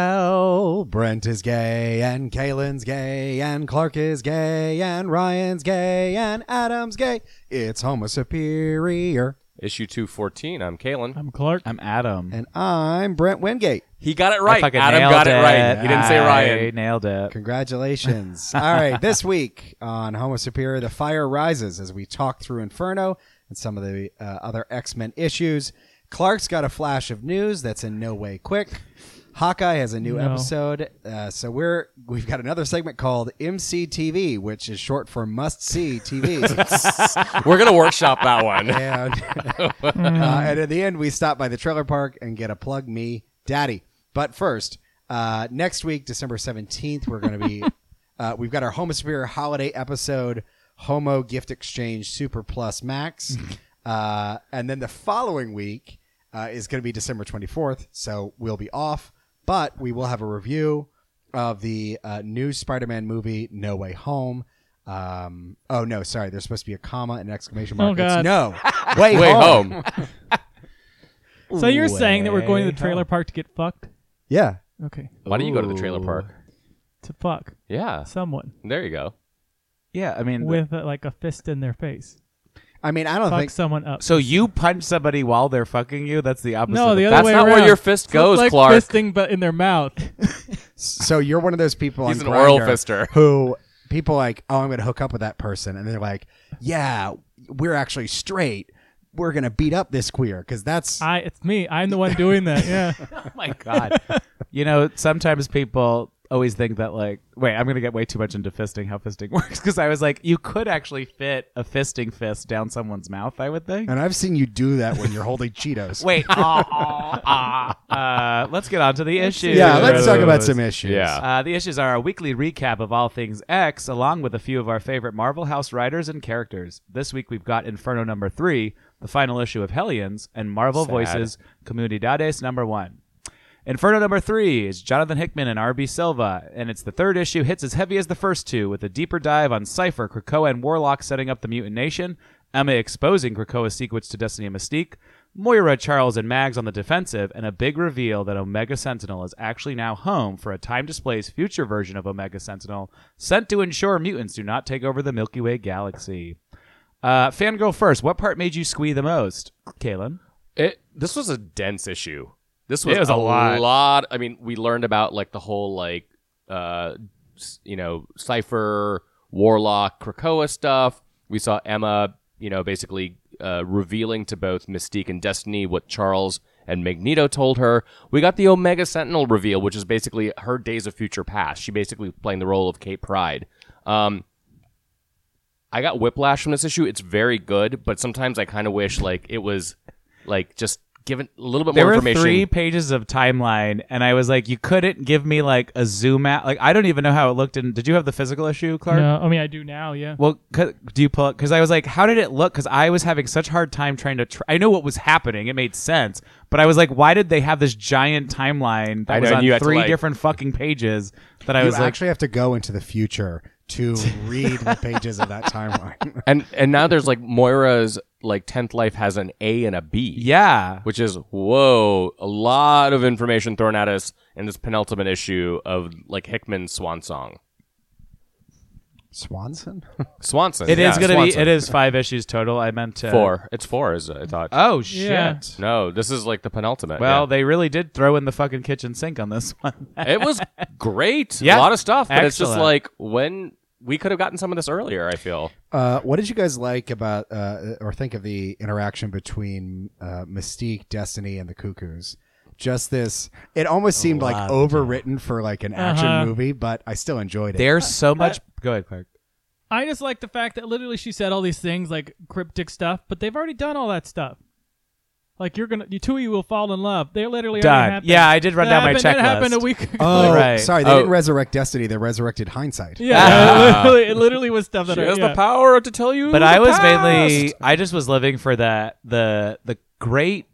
Well, Brent is gay, and Kalen's gay, and Clark is gay, and Ryan's gay, and Adam's gay. It's Homo Superior. Issue 214. I'm Kalen. I'm Clark. I'm Adam. And I'm Brent Wingate. He got it right. I fucking Adam nailed got it, right. it. He didn't say I Ryan. Nailed it. Congratulations. All right, this week on Homo Superior, the fire rises as we talk through Inferno and some of the uh, other X Men issues. Clark's got a flash of news that's in no way quick. Hawkeye has a new No. episode, uh, so we're we've got another segment called MCTV, which is short for Must See TV. We're gonna workshop that one. and, uh, Mm-hmm. and at the end, we stop by the trailer park and get a plug me daddy. But first, uh, next week, December 17th, we're going to be, uh, we've got our Homo Superior holiday episode, Homo Gift Exchange Super Plus Max. uh, and then the following week uh, is going to be December 24th. So we'll be off, but we will have a review of the uh, new Spider Man movie, No Way Home. Um, oh no, sorry. There's supposed to be a comma and exclamation Oh, mark. It's God. no. Way, Way home. home. So you're saying that we're going to the trailer park to get fucked? Yeah. Okay. Why don't you go to the trailer Ooh. park? To fuck Yeah. someone There you go. Yeah, I mean, with uh, like a fist in their face. I mean, I don't Fuck think someone up. so you punch somebody while they're fucking you. That's the opposite. no, of the other That's way not where around. your fist It's not goes, like Clark. Fisting, but in their mouth. so. You're one of those people. He's on an oral Grindr fister. Who people like? Oh, I'm going to hook up with that person, and they're like, "Yeah, we're actually straight. We're going to beat up this queer because that's I. It's me. I'm the one doing that. Yeah. Oh my god. you know, sometimes people always think that like, wait, I'm gonna get way too much into fisting. How fisting works? Because I was like, you could actually fit a fisting fist down someone's mouth. I would think. And I've seen you do that when you're holding Cheetos. Wait. ah, ah, uh, let's get on to the issues. yeah, let's talk about some issues. Yeah. Uh, the issues are a weekly recap of all things X, along with a few of our favorite Marvel House writers and characters. This week we've got Inferno number three, the final issue of Hellions, and Marvel Sad. Voices Comunidades number one. Inferno number three is Jonathan Hickman and R.B. Silva, and it's the third issue, hits as heavy as the first two, with a deeper dive on Cypher, Krakoa, and Warlock setting up the Mutant Nation, Emma exposing Krakoa's secrets to Destiny and Mystique, Moira, Charles, and Mags on the defensive, and a big reveal that Omega Sentinel is actually now home for a time displays future version of Omega Sentinel, sent to ensure mutants do not take over the Milky Way galaxy. Uh, fangirl first, what part made you squee the most? Kalen? It this was a dense issue. This was, It was a, a lot. I mean, we learned about like the whole like uh s- you know, Cypher, Warlock, Krakoa stuff. We saw Emma, you know, basically uh, revealing to both Mystique and Destiny what Charles and Magneto told her. We got the Omega Sentinel reveal, which is basically her Days of Future Past. She basically playing the role of Kate Pride. Um, I got whiplash from this issue. It's very good, but sometimes I kind of wish like it was like just given a little bit There more were information. three pages of timeline, and I was like, you couldn't give me like a zoom out. Like, I don't even know how it looked. In did you have the physical issue, Clark? no, I mean I do now. Yeah. Well, c- do you pull? Because I was like, how did it look? Because I was having such hard time trying to. Tr- I know what was happening; it made sense, but I was like, why did they have this giant timeline that I know, was and on you had to, three like- different fucking pages? That I You was like, actually have to go into the future to read the pages of that timeline. and and now there's like Moira's like tenth life has an A and a B. yeah, Which is whoa, a lot of information thrown at us in this penultimate issue of like Hickman's swan song. Swanson. Swanson. it yeah, gonna Swanson. be. It is five issues total. I meant to four. It's four. Is I thought. Oh shit! Yeah. no, this is like the penultimate. Well, yeah. they really did throw in the fucking kitchen sink on this one. it was great. Yeah. a lot of stuff, but it's just Excellent. like when we could have gotten some of this earlier. I feel. Uh, what did you guys like about uh, or think of the interaction between uh, Mystique, Destiny, and the Cuckoos? Just this, it almost seemed like lot of overwritten for like an action Uh-huh. movie, but I still enjoyed it. There's so much. Go ahead, Clark. I just like the fact that literally she said all these things like cryptic stuff, but they've already done all that stuff. Like you're gonna, you two of you will fall in love. They're literally Done. Already happened. Yeah, I did run That down my happened, That happened a checklist. week ago. oh, Right. sorry, they Oh. didn't resurrect Destiny; they resurrected hindsight. Yeah, it literally, it literally was stuff that She I, has yeah. the power to tell you. but the I was past. mainly I just was living for the the the great.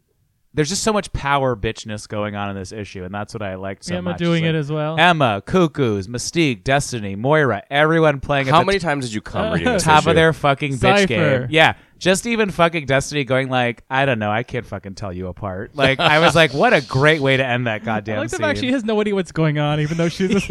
There's just so much power bitchness going on in this issue, and that's what I liked so Emma much. doing It's it like as well. Emma, Cuckoos, Mystique, Destiny, Moira, everyone playing How at the many times did you come reading this top issue? of their fucking bitch Cypher. game. Yeah, Just even fucking Destiny going like, I don't know, I can't fucking tell you apart. Like I was like, what a great way to end that goddamn I like the scene. fact she has no idea what's going on, even though she's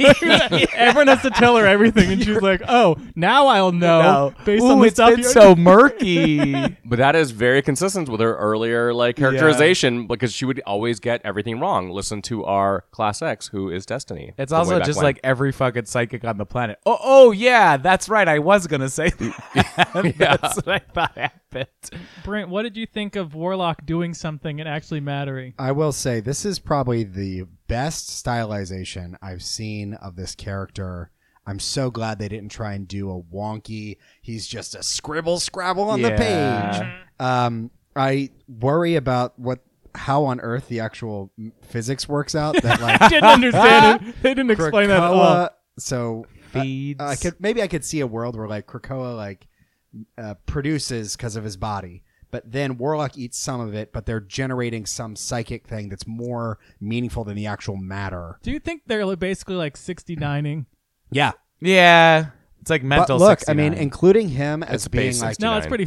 everyone has to tell her everything, and she's like, "Oh, now I'll know." no. Based Ooh, on the it's stuff been you- so murky. But that is very consistent with her earlier like characterization because she would always get everything wrong. Listen to our class X, who is Destiny. It's from way also back just when. like every fucking psychic on the planet. Oh, oh yeah, that's right. I was gonna say that. That's what I thought happened. Brent, what did you think of Warlock doing something and actually mattering? I will say this is probably the best stylization I've seen of this character. I'm so glad they didn't try and do a wonky. He's just a scribble scrabble on the Yeah. page. Um, I worry about what how on earth the actual m- physics works out. That I like didn't understand it. They didn't explain that oh, at all. Krakoa- So Feeds. Uh, I could maybe I could see a world where like Krakoa like uh, produces because of his body, but then Warlock eats some of it, but they're generating some psychic thing that's more meaningful than the actual matter. Do you think they're like, basically like 69ing? Yeah, yeah, it's like but mental. look, I 69. mean, including him as It's being base like No, it's 69. pretty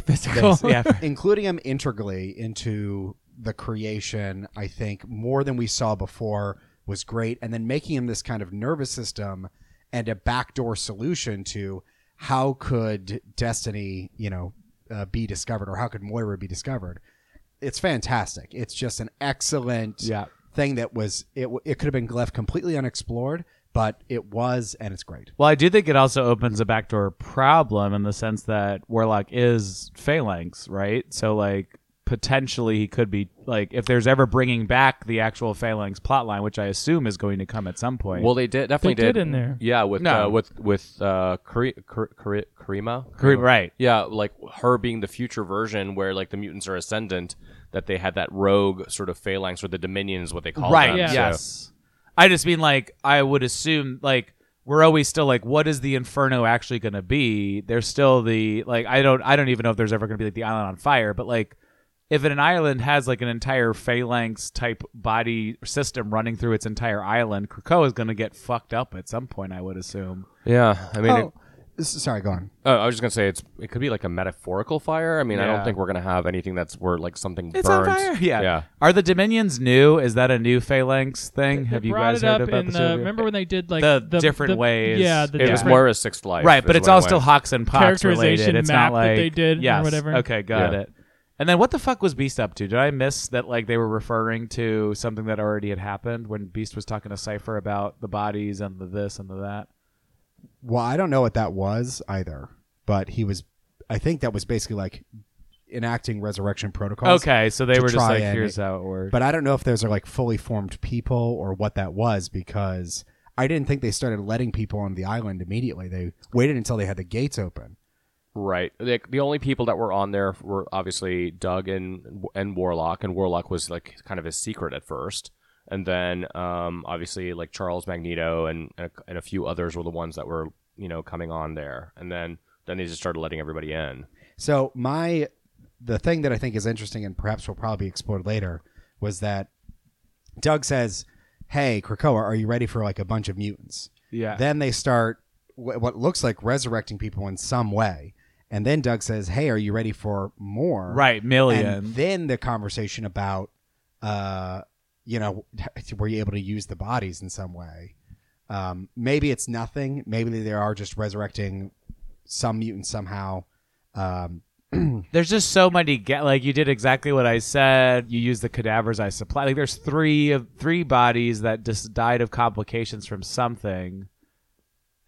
physical. yeah, including him integrally into the creation, I think more than we saw before was great. And then making him this kind of nervous system and a backdoor solution to how could Destiny, you know, uh, be discovered or how could Moira be discovered? It's fantastic. It's just an excellent Yeah. thing that was, it, w- it could have been left completely unexplored, but it was, and it's great. Well, I do think it also opens a backdoor problem in the sense that Warlock is phalanx, right? So like potentially he could be like if there's ever bringing back the actual phalanx plotline, which I assume is going to come at some point. well, they did definitely They did in there. Yeah, with No. uh, with with uh, Kari- Kar- Kar- Karima, Kar- right. Yeah, like her being the future version where like the mutants are ascendant. That they had that rogue sort of phalanx or the Dominion is what they call right them. Yeah. so- yes i just mean like i would assume like we're always still like what is the inferno actually going to be there's still the like i don't i don't even know if there's ever going to be like the island on fire but like if an island has like an entire phalanx type body system running through its entire island krakoa is going to get fucked up at some point i would assume Yeah, I mean, it- Oh, s- sorry, go on. Oh, I was just gonna say it's it could be like a metaphorical fire. I mean, I Yeah. don't think we're gonna have anything that's where like something it's burns. on fire yeah. yeah. are the dominions new is that a new phalanx thing They have you brought guys it heard up about in this the, remember when they did like The the, different the- ways. Yeah, the It It Yeah. was different- Moira's sixth life, right, is but it's when it all still went. Hawks and Pox related. Characterization It's map not that like they did or yes, whatever. Okay, got Yeah. it. And then what the fuck was Beast up to? Did I miss that? Like they were referring to something that already had happened when Beast was talking to Cipher about the bodies and the this and the that. Well, I don't know what that was either, but he was. I think that was basically like enacting resurrection protocols. Okay, so they to were just try like, and- "Here's how it works." But I don't know if those are like fully formed people or what that was because I didn't think they started letting people on the island immediately. They waited until they had the gates open. Right. The, the only people that were on there were obviously Doug and and Warlock, and Warlock was like kind of his secret at first, and then um, obviously like Charles Magneto and and a, and a few others were the ones that were you know coming on there, and then then they just started letting everybody in. So my the thing that I think is interesting and perhaps will probably be explored later was that Doug says, "Hey, Krakoa, are you ready for like a bunch of mutants?" yeah, Then they start wh- what looks like resurrecting people in some way. And then Doug says, "Hey, are you ready for more?" right, Oh, million. And then the conversation about, uh, you know, were you able to use the bodies in some way? Um, maybe it's nothing. Maybe they are just resurrecting some mutant somehow. Um, there's just so many get like you did exactly what I said. You used the cadavers I supply. Like there's three of three bodies that just died of complications from something.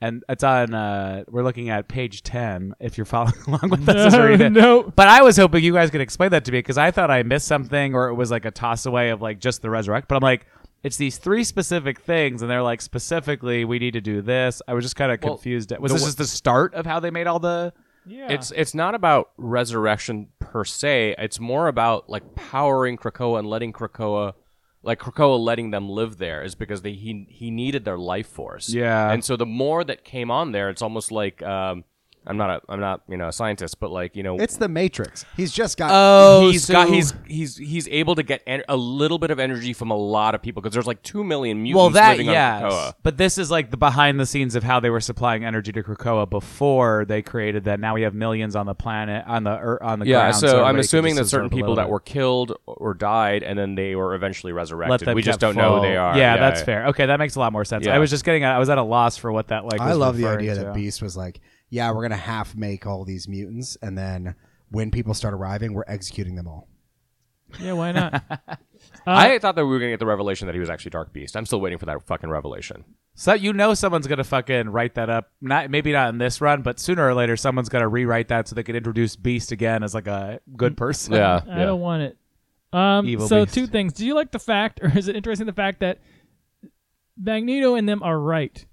And it's on uh we're looking at page 10 if you're following along with us as we read no, it. no. But I was hoping you guys could explain that to me because I thought I missed something or it was like a toss away of like just the resurrect. But I'm like, it's these three specific things, and they're like specifically we need to do this. I was just kind of Well, confused. Was the this wa- just the start of how they made all the? Yeah. It's it's not about resurrection per se. It's more about like powering Krakoa and letting Krakoa, like Krakoa letting them live there, is because they he he needed their life force. Yeah. And so the more that came on there, it's almost like um, I'm not a I'm not you know a scientist, but like you know It's the Matrix. He's just got. Oh, he's so- got he's he's he's able to get en- a little bit of energy from a lot of people because there's like two million mutants well, that living yes, on Krakoa. but this is like the behind the scenes of how they were supplying energy to Krakoa before they created that. Now we have millions on the planet on the ear- on the Yeah, ground. so, everybody I'm can assuming just that certain absorb a people little that bit. were killed or died and then they were eventually let resurrected. them we just get don't know who full- they are. Yeah, that's fair. Okay, that makes a lot more sense. Yeah. I was just getting I was at a loss for what that like. I was love the referring idea to. that Beast was like, "Yeah, we're gonna half make all these mutants, and then when people start arriving, we're executing them all." Yeah, why not? Uh, I thought that we were gonna get the revelation that he was actually Dark Beast. I'm still waiting for that fucking revelation. So you know someone's gonna fucking write that up. Not maybe not in this run, but sooner or later someone's gonna rewrite that so they can introduce Beast again as like a good person. Yeah, I don't want it. Um, Evil so beast. two things. Do you like the fact, or is it interesting the fact that Magneto and them are right?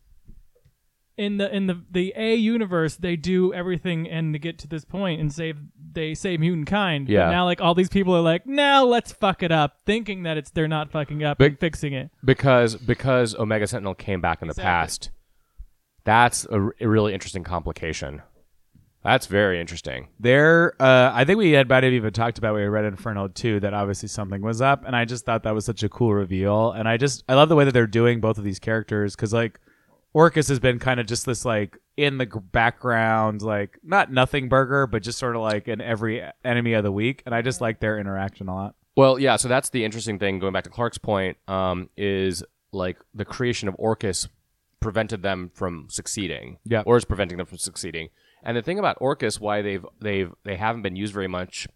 In the in the the A universe, they do everything and to get to this point and save they save humankind. But Yeah. now like all these people are like, now let's fuck it up, thinking that it's they're not fucking up But- and fixing it. because because Omega Sentinel came back in the Exactly. past. That's a, r- a really interesting complication. That's very interesting. There, uh, I think we had might have even talked about when we read Inferno too that obviously something was up, and I just thought that was such a cool reveal, and I just I love the way that they're doing both of these characters because like Orcus has been kind of just this like in the gr- background like not nothing burger, but just sort of like in every e-, enemy of the week, and I just like their interaction a lot. Well, yeah, so that's the interesting thing going back to Clark's point um, is like the creation of Orcus prevented them from succeeding. Yeah. Or is preventing them from succeeding. And the thing about Orcus why they've they've they haven't been used very much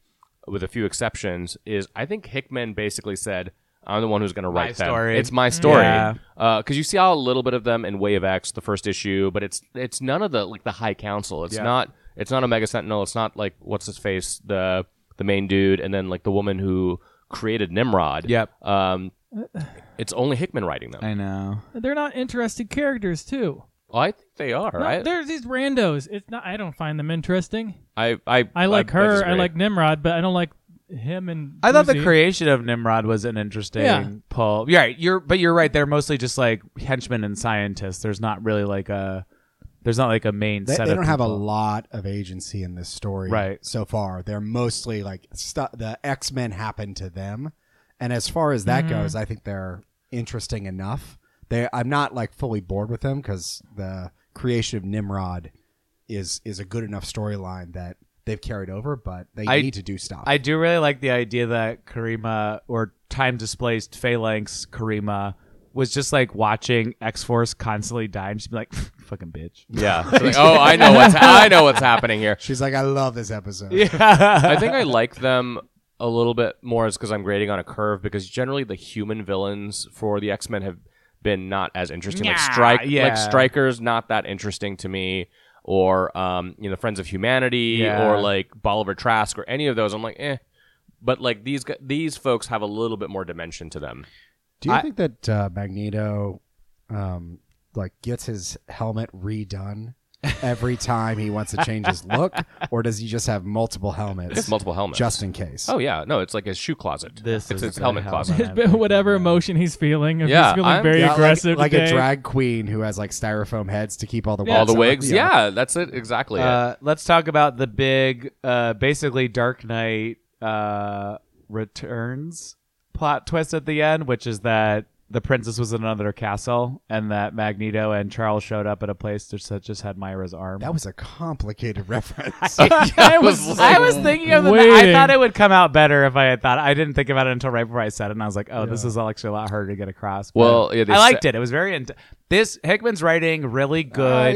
with a few exceptions is I think Hickman basically said I'm the one who's going to write them. story." It's my story. Yeah. Uh, cuz you see a little bit of them in Way of X the first issue, but it's it's none of the like the High Council. It's Yeah. not it's not Omega Sentinel. It's not like what's his face the the main dude, and then like the woman who created Nimrod. Yep. Um, it's only Hickman writing them. I know. They're not interested characters too. Well, I think they are. No, I, There's these randos. It's not. I don't find them interesting. I I I like her. I, disagree. like Nimrod, but I don't like him and. I thought the Boozy. creation of Nimrod was an interesting Yeah. pull. Yeah, right, you're but you're right. They're mostly just like henchmen and scientists. There's not really like a there's not like a main They, set. they of don't have a people. lot of agency in this story Right. so far. They're mostly like stu the X Men happened to them, and as far as that Mm-hmm. goes, I think they're interesting enough. They, I'm not like fully bored with them because the creation of Nimrod is is a good enough storyline that they've carried over, but they I- need to do stuff. I do really like the idea that Karima or time displaced phalanx Karima was just like watching X Force constantly die and she'd be like, "Fucking bitch." Yeah. It's like, oh, I know what's I know what's happening here. She's like, I love this episode. I think I like them a little bit more is because I'm grading on a curve because generally the human villains for the X Men have been not as interesting. Like Nah, strike, yeah. like strikers, not that interesting to me. Or um, you know, Friends of Humanity, Yeah. or like Bolivar Trask, or any of those. I'm like, eh. But like these gu- these folks have a little bit more dimension to them. Do you I- think that uh, Magneto, um, like, gets his helmet redone every time he wants to change his look, or does he just have multiple helmets, It's multiple helmets. just in case? oh yeah, no, it's like his shoe closet. This it's is his the helmet helmet. closet. It's been whatever emotion he's feeling. If Yeah, he's feeling I'm- very Yeah, like- aggressive, like, today, a drag queen who has like styrofoam heads to keep all the All the on. wigs. Yeah. that's it. Exactly. it. Uh, let's talk about the big, uh, basically Dark Knight uh, returns plot twist at the end, which is that the princess was in another castle and that Magneto and Charles showed up at a place that just had Myra's arm. that was a complicated reference. I was was I was thinking of the. I Waiting. thought it would come out better if I had thought. I didn't think about it until right before I said it, and I was like, "Oh, this is actually a lot harder to get across." But Well, yeah, they I sa- Oh, liked it. It was very. Int- this Hickman's writing really good.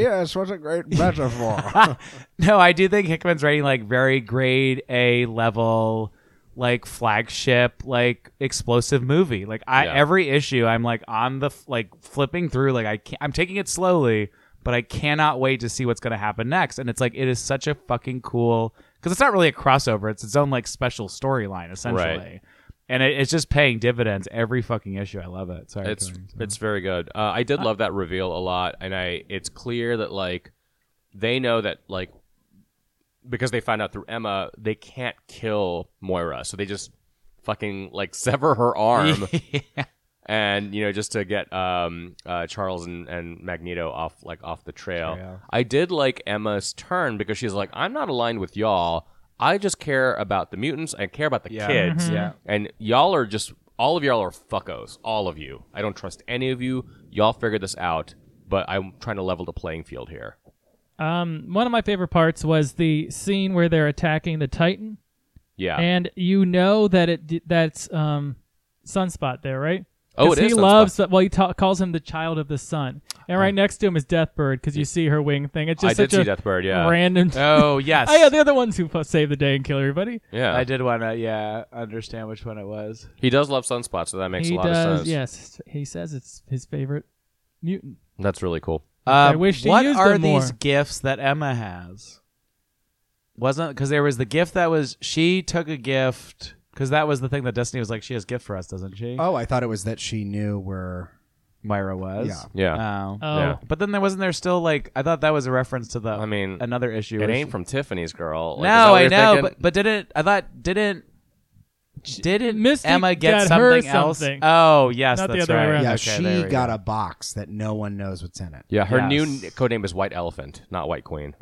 yes, what a great metaphor. No, I do think Hickman's writing like very grade A level, like flagship, like explosive movie. Like I Yeah. every issue, I'm like on the f- like flipping through. Like I can't, I'm taking it slowly, but I cannot wait to see what's gonna happen next. And it's like it is such a fucking cool because it's not really a crossover. It's its own like special storyline essentially. And it, it's just paying dividends every fucking issue. I love it. Sorry, it's Kevin. it's very good. Uh, I did love that reveal a lot, and I it's clear that like they know that like because they find out through Emma they can't kill Moira, so they just fucking like sever her arm, and you know just to get um, uh, Charles and, and Magneto off like off the trail. Trail. I did like Emma's turn because she's like, I'm not aligned with y'all. I just care about the mutants. I care about the Yeah. kids. Mm-hmm. Mhm. Yeah. And y'all are just all of y'all are fuckos. All of you. I don't trust any of you. Y'all figure this out. But I'm trying to level the playing field here. Um, one of my favorite parts was the scene where they're attacking the Titan, Yeah. and you know that it that's um, Sunspot there, right? Oh, 'Cause it he is Sunspot. Oh. loves. Well, he ta- calls him the child of the sun, and right next to him is Deathbird because you see her wing thing. It's just I did such see a Deathbird, yeah. random. Oh yes, Oh yeah, they're the ones who fu- save the day and kill everybody. yeah. I did want to yeah understand which one it was. He does love Sunspot, so that makes he a lot of does. sense. Yes, he says it's his favorite mutant. That's really cool. I wish they Uh, what used are them more. these gifts that Emma has? Wasn't because there was the gift that was she took a gift because that was the thing that Destiny was like she has gift for us doesn't she? Oh, I thought it was that she knew where. Myra was Yeah. Yeah. Oh. Oh, Yeah. But then there wasn't there still like I thought that was a reference to the I mean, another issue. It where ain't she- from Tiffany's girl. Like, is that no, what I you're know, thinking? but but didn't I thought didn't didn't Mystique Emma get got her something else? something. Oh yes, Not the that's other way right. around. Yeah, Okay, there she we got go. a box that no one knows what's in it. Yeah, her new Yes. n- codename is White Elephant, not White Queen.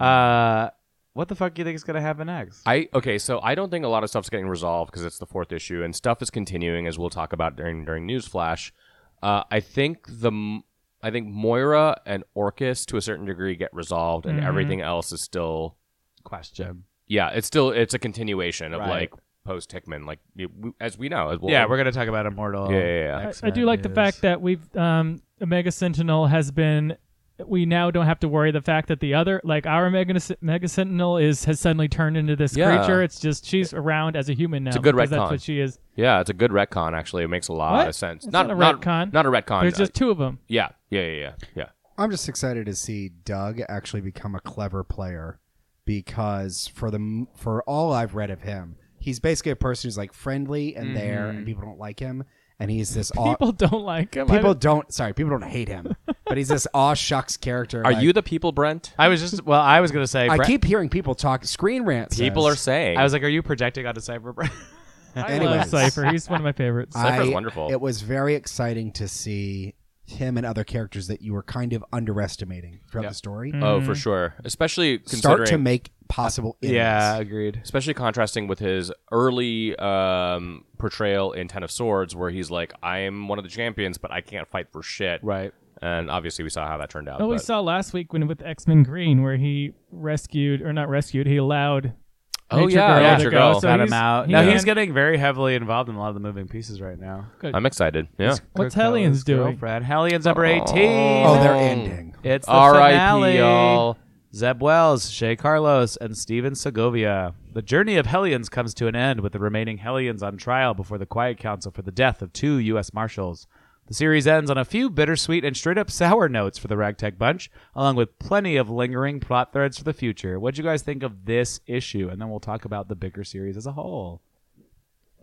Uh, what the fuck do you think is gonna happen next? I okay, so I don't think a lot of stuff's getting resolved because it's the fourth issue and stuff is continuing as we'll talk about during during News Flash. Uh, I think the m- I think Moira and Orcus to a certain degree get resolved Mm-hmm. and everything else is still Question. yeah, it's still it's a continuation of Right. like post Hickman like it- we- as we know as we'll, yeah, we're gonna talk about immortal. Yeah, yeah, yeah. I, I do like the fact that we've um, Omega Sentinel has been. We now don't have to worry the fact that the other, like our Omega, Omega Sentinel, is has suddenly turned into this Yeah. creature. It's just she's around as a human now. a good because retcon. That's what she is. yeah, it's a good retcon actually. It makes a lot What? of sense. It's not, not a Not, retcon. not a retcon. There's Uh, just two of them. yeah, yeah, yeah, yeah, yeah. I'm just excited to see Doug actually become a clever player because for the m- for all I've read of him, he's basically a person who's like friendly and there, and people don't like him, and he's this aw- Mm-hmm. People don't like him. I people don't- don't sorry people don't hate him, but he's this aw shucks character. Are like- you the people, Brent? I was just well, I was gonna say. I Bre- keep hearing people talk screen rants. People are saying I was like, are you projecting onto Cyber? Bre- I love anyways. Cipher. He's one of my favorites. Cypher's I- wonderful. It was very exciting to see him and other characters that you were kind of underestimating throughout the story Mm. Oh, Mm-hmm. for sure. Especially considering, start to make possible. Innings. yeah, agreed. especially contrasting with his early um, portrayal in Ten of Swords, where he's like, "I'm one of the champions, but I can't fight for shit." Right. And obviously, we saw how that turned out. Oh, we but- saw last week when with X Men Green, where he rescued or not rescued, he allowed. Oh, Nature yeah, Girl Nature to go. Girl. So Got he's, him out. he No, and- he's getting very heavily involved in a lot of the moving pieces right now. I'm excited. Yeah. What's Cocoa's Hellions doing? Girlfriend. Hellions number eighteen. Oh, they're ending. It's the R.I.P. finale. Y'all. Zeb Wells, Shea Carlos, and Steven Segovia. The journey of Hellions comes to an end with the remaining Hellions on trial before the Quiet Council for the death of two U.S. Marshals. The series ends on a few bittersweet and straight up sour notes for the Ragtag Bunch, along with plenty of lingering plot threads for the future. What'd you guys think of this issue? And then we'll talk about the bigger series as a whole.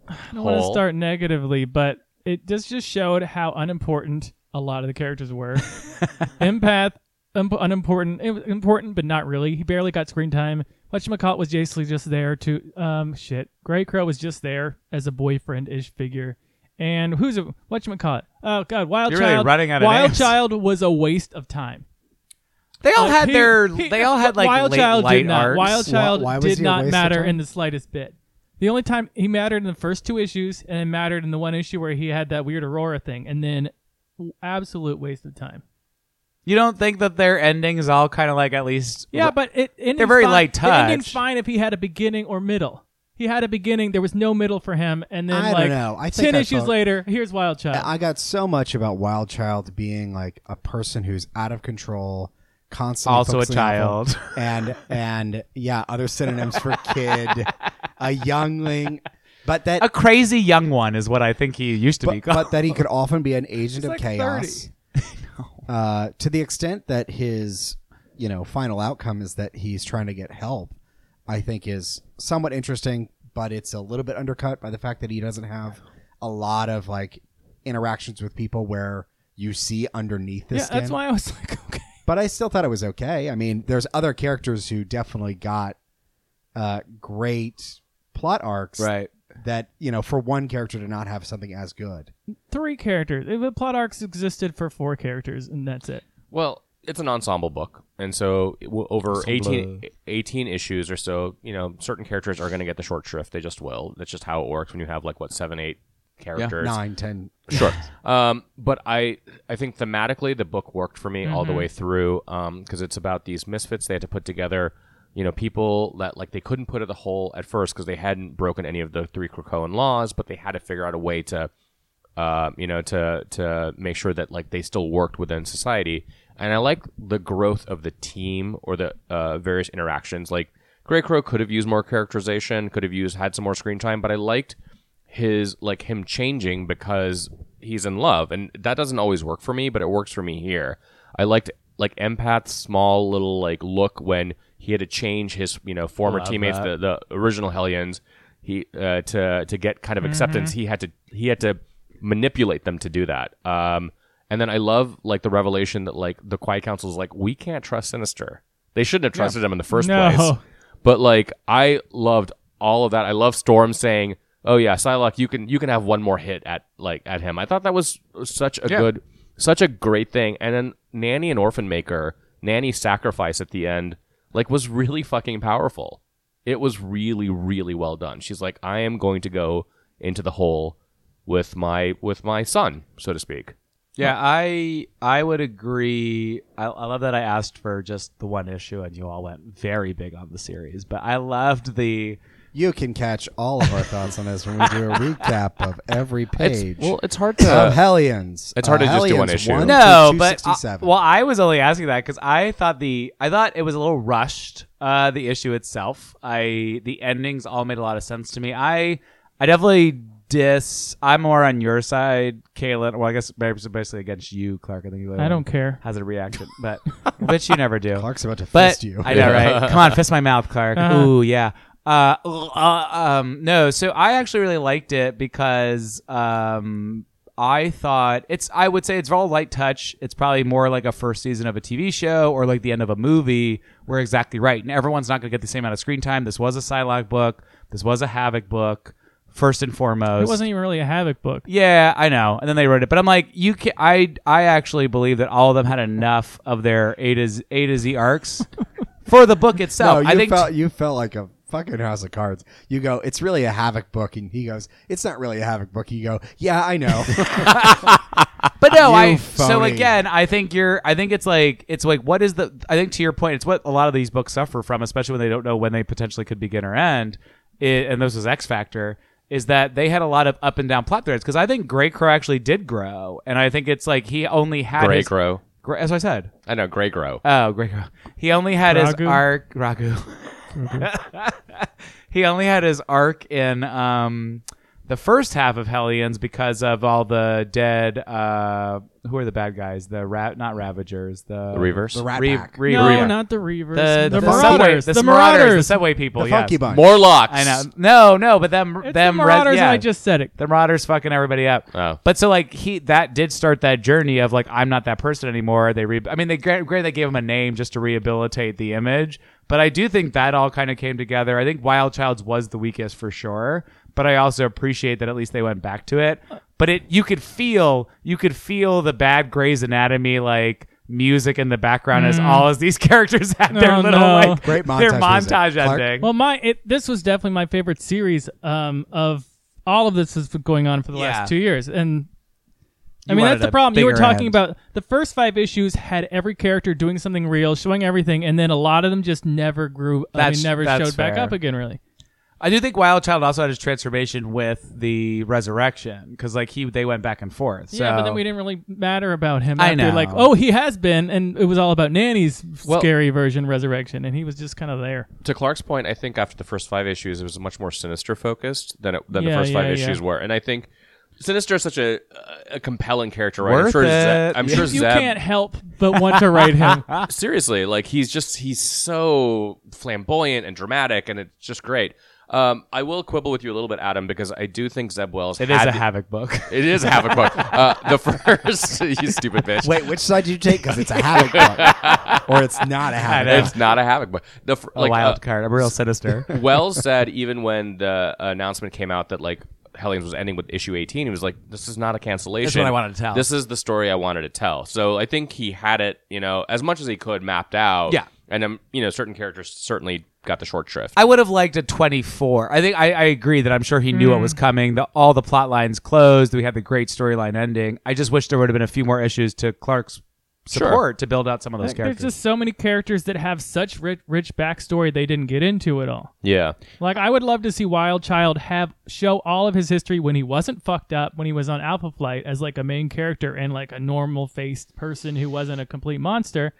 I don't want to Hole. start negatively, but it just just showed how unimportant a lot of the characters were. Empath, um, unimportant, im- important but not really. He barely got screen time. Whatchamacallit was basically just there to um shit. Grey Crow was just there as a boyfriend ish figure. And who's a whatchamacallit? Oh god, Wild You're really Child. running out of Wild names. Child was a waste of time. They all Like, had Uh, he- their. he- they all had like Wild late Child light did not. arcs. Wild Child why was did he a not waste of matter time? in the slightest bit. The only time he mattered in the first two issues, and it mattered in the one issue where he had that weird Aurora thing, and then absolute waste of time. You don't think that their endings all kind of like at least Yeah, but it ending's very fine. light The ending's touch. fine if he had a beginning or middle. He had a beginning. There was no middle for him, and then I don't like know. I think ten I issues thought- later, here's Wild Child. I got so much about Wild Child being like a person who's out of control, constantly Also a focusing on- child. and and yeah, other synonyms for kid, a youngling, but that a crazy young one is what I think he used to be but, called. but that he could often be an agent of like chaos. uh, to the extent that his you know final outcome is that he's trying to get help, I think is somewhat interesting, but it's a little bit undercut by the fact that he doesn't have a lot of like interactions with people where you see underneath this. yeah, that's why I was like, okay. But I still thought it was okay. I mean, there's other characters who definitely got uh, great plot arcs that you know for one character to not have something as good. Three characters. The plot arcs existed for four characters, and that's it. Well, it's an ensemble book, and so it will- over 18, 18 issues or so, you know, certain characters are going to get the short shrift. They just will. That's just how it works when you have like what seven, eight characters. Nine, ten. Sure. um, but I, I think thematically the book worked for me all the way through because it's about these misfits they had to put together. You know, people that like they couldn't put it the whole at first because they hadn't broken any of the three Krakoan laws, but they had to figure out a way to, uh, you know, to to make sure that like they still worked within society. And I like the growth of the team or the uh, various interactions. Like Grey Crow could have used more characterization, could have used had some more screen time, but I liked his like him changing because he's in love and that doesn't always work for me but it works for me here i liked like empath's small little like look when he had to change his you know former teammates the, the original hellions he uh, to to get kind of acceptance he had to he had to manipulate them to do that um and then i love like the revelation that like the quiet council is like we can't trust sinister they shouldn't have trusted him in the first No. place but like I loved all of that. I love Storm saying, "Oh yeah, Psylocke, you can you can have one more hit at like at him." I thought that was such a good, such a great thing. And then Nanny and Orphan Maker, Nanny sacrifice at the end, like was really fucking powerful. It was really really well done. She's like, "I am going to go into the hole with my with my son, so to speak." Yeah, I I would agree. I, I love that I asked for just the one issue, and you all went very big on the series. But I loved the You can catch all of our thoughts on this when we do a recap of every page. It's, well, it's hard of to. Hellions. it's hard Uh, to just do one Hellions issue. One no, to but I, 267. well, I was only asking that because I thought the I thought it was a little rushed. Uh, the issue itself, I the endings all made a lot of sense to me. I I definitely dis. I'm more on your side, Kaylin. Well, I guess basically against you, Clark. I think you. I don't care. Has a reaction, but which you never do. Clark's about to but fist you. I know, right? Come on, fist my mouth, Clark. Uh-huh. Ooh, yeah. Uh, uh, um, no. So I actually really liked it because um, I thought it's. I would say it's all light touch. It's probably more like a first season of a TV show or like the end of a movie. We're exactly right, and everyone's not going to get the same amount of screen time. This was a Psylocke book. This was a Havoc book. First and foremost, It wasn't even really a Havoc book. yeah, I know. And then they wrote it, but I'm like, you can. I I actually believe that all of them had enough of their A to Z, A to Z arcs for the book No, itself. you I think. felt you felt like a fucking house of cards. You go, it's really a havoc book, and he goes, it's not really a havoc book. You go, yeah, I know. but no, You I. So phony. again, I think you're. I think it's like it's like what is the? I think to your point, it's what a lot of these books suffer from, especially when they don't know when they potentially could begin or end. It, and this was X Factor. Is that they had a lot of up and down plot threads because I think Grey Crow actually did grow, and I think it's like he only had Grey his- Crow. Gre- As I said, I know Grey Crow. Oh, great. He only had his Ragu? arc. Ragu. he only had his arc in um, the first half of Hellions because of all the dead. Uh, who are the bad guys? The rat, not Ravagers. The, The Reavers. the Rat Re- Pack, Re- No, Re- not the Reavers. the, the, subway- Marauders. the, Marauders, The the Marauders. Subway people. the yes. Funky Bunch. Morlocks. I know. No, no, but them, It's them the red- Marauders. yeah. I just said it. The Marauders fucking everybody up. Oh. But so like he that did start that journey of like I'm not that person anymore. They re- I mean they gra- great they gave him a name just to rehabilitate the image, but I do think that all kind of came together. I think Wild Childs was the weakest for sure, but I also appreciate that at least they went back to it. But it you could feel you could feel the bad Grey's Anatomy like music in the background as all as these characters had their Mm. Oh, little no. like Great montage their music. montage Clark? ending. Well, my it, this was definitely my favorite series um, of all of this is going on for the Yeah. last two years, and I You mean wanted that's the a problem. You were bigger talking end. about the first five issues had every character doing something real, showing everything, and then a lot of them just never grew. I That's- mean, never that's showed back fair. up again. Really, I do think Wild Child also had his transformation with the resurrection because like he they went back and forth. So. yeah, but then we didn't really matter about him. I After, know. like oh, he has been, and it was all about Nanny's Well- scary version resurrection, and he was just kind of there. to Clark's point, I think after the first five issues, it was much more sinister focused than it, than the Yeah, first five yeah, issues yeah. were, and I think sinister is such a a compelling character. Right? I'm Worth sure. Zeb, it. Ah. I'm Yeah. sure If you Zeb- can't help but want to write him. seriously, like he's just he's so flamboyant and dramatic, and it's just great. Um, I will quibble with you a little bit, Adam, because I do think Zeb Wells. It is had a Havoc book. It is a havoc book. Uh, the first, you stupid bitch. Wait, which side did you take? Because it's a havoc book, or it's not a havoc. know. book. it's not a havoc book. The fir- a like, wild uh, card. I'm real sinister. Wells said even when the announcement came out that like Hellions was ending with issue 18, he was like, "This is not a cancellation. That's what I wanted to tell. This is the story I wanted to tell." So I think he had it, you know, as much as he could mapped out. Yeah. and um, you know, certain characters certainly got the short shrift. I would have liked a 24. I think I, I agree that I'm sure he knew what Mm. was coming. The, all the plot lines closed. We had the great storyline ending. I just wish there would have been a few more issues to Clark's Sure. support to build out some of those There's characters. just so many characters that have such rich, rich backstory they didn't get into at all. yeah, Like I would love to see Wild Child have show all of his history when he wasn't fucked up, when he was on Alpha Flight as like a main character and like a normal faced person who wasn't a complete monster.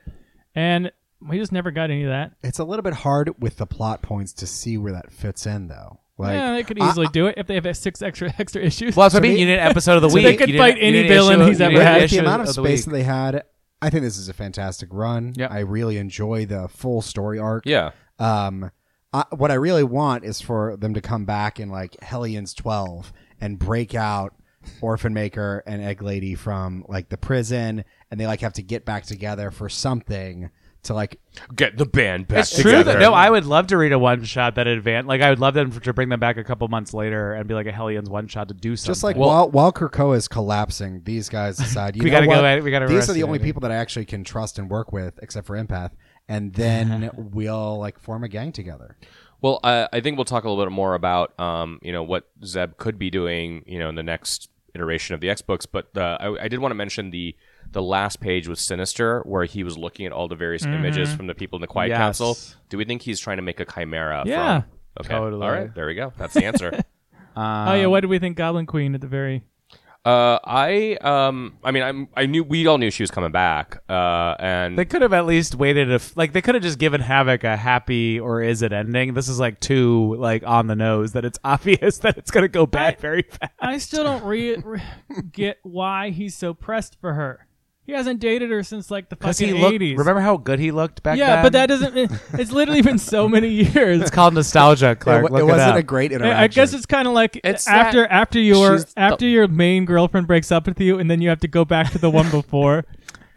And we just never got any of that. It's a little bit hard with the plot points to see where that fits in, though. Like, yeah, they could I- easily do it if they have six extra extra issues. well, that's what I to mean. me- You need an episode of the to week. me- They You could need fight an- you need an any villain issue he's you need ever an had. with issue the amount of the space that week. they had, I think this is a fantastic run. Yeah. I really enjoy the full story arc. yeah. Um, I, what I really want is for them to come back in like Hellions 12 and break out Orphan Maker and Egg Lady from like the prison, and they like have to get back together for something to like. Get the band back. It's true that no, I would love to read a one shot that advance. Like I would love them to bring them back a couple months later and be like a Hellions one shot to do something. Just like while while Krakoa is collapsing, these guys decide you We know gotta go what? at- we gotta These arrest are the you, only I think. people that I actually can trust and work with, except for Empath, and then we'll like form a gang together. Well, I I think we'll talk a little bit more about, um, you know, what Zeb could be doing, you know, in the next iteration of the X books. But uh, I, I did want to mention the the last page was sinister, where he was looking at all the various images from the people in the Quiet Yes. Council. Do we think he's trying to make a chimera? Yeah. From? Okay. Totally. All right. There we go. That's the answer. Um, oh um, yeah, what did we think Goblin Queen at the very uh, I um, I mean, I'm, I knew we all knew she was coming back, uh, and They could have at least waited if like they could have just given Havoc a happy or is it ending. This is like too like on the nose that it's obvious that it's gonna go bad very fast. I still don't re- re- get why he's so pressed for her. He hasn't dated her since like the Because fucking he looked 80s. remember how good he looked back yeah, then? but that doesn't. It's literally been so many years. it's called nostalgia, Clark. it, wa- Look it it wasn't up. a great interaction. I I guess it's kind of like It's after after your she's the- after your main girlfriend breaks up with you, and then you have to go back to the one before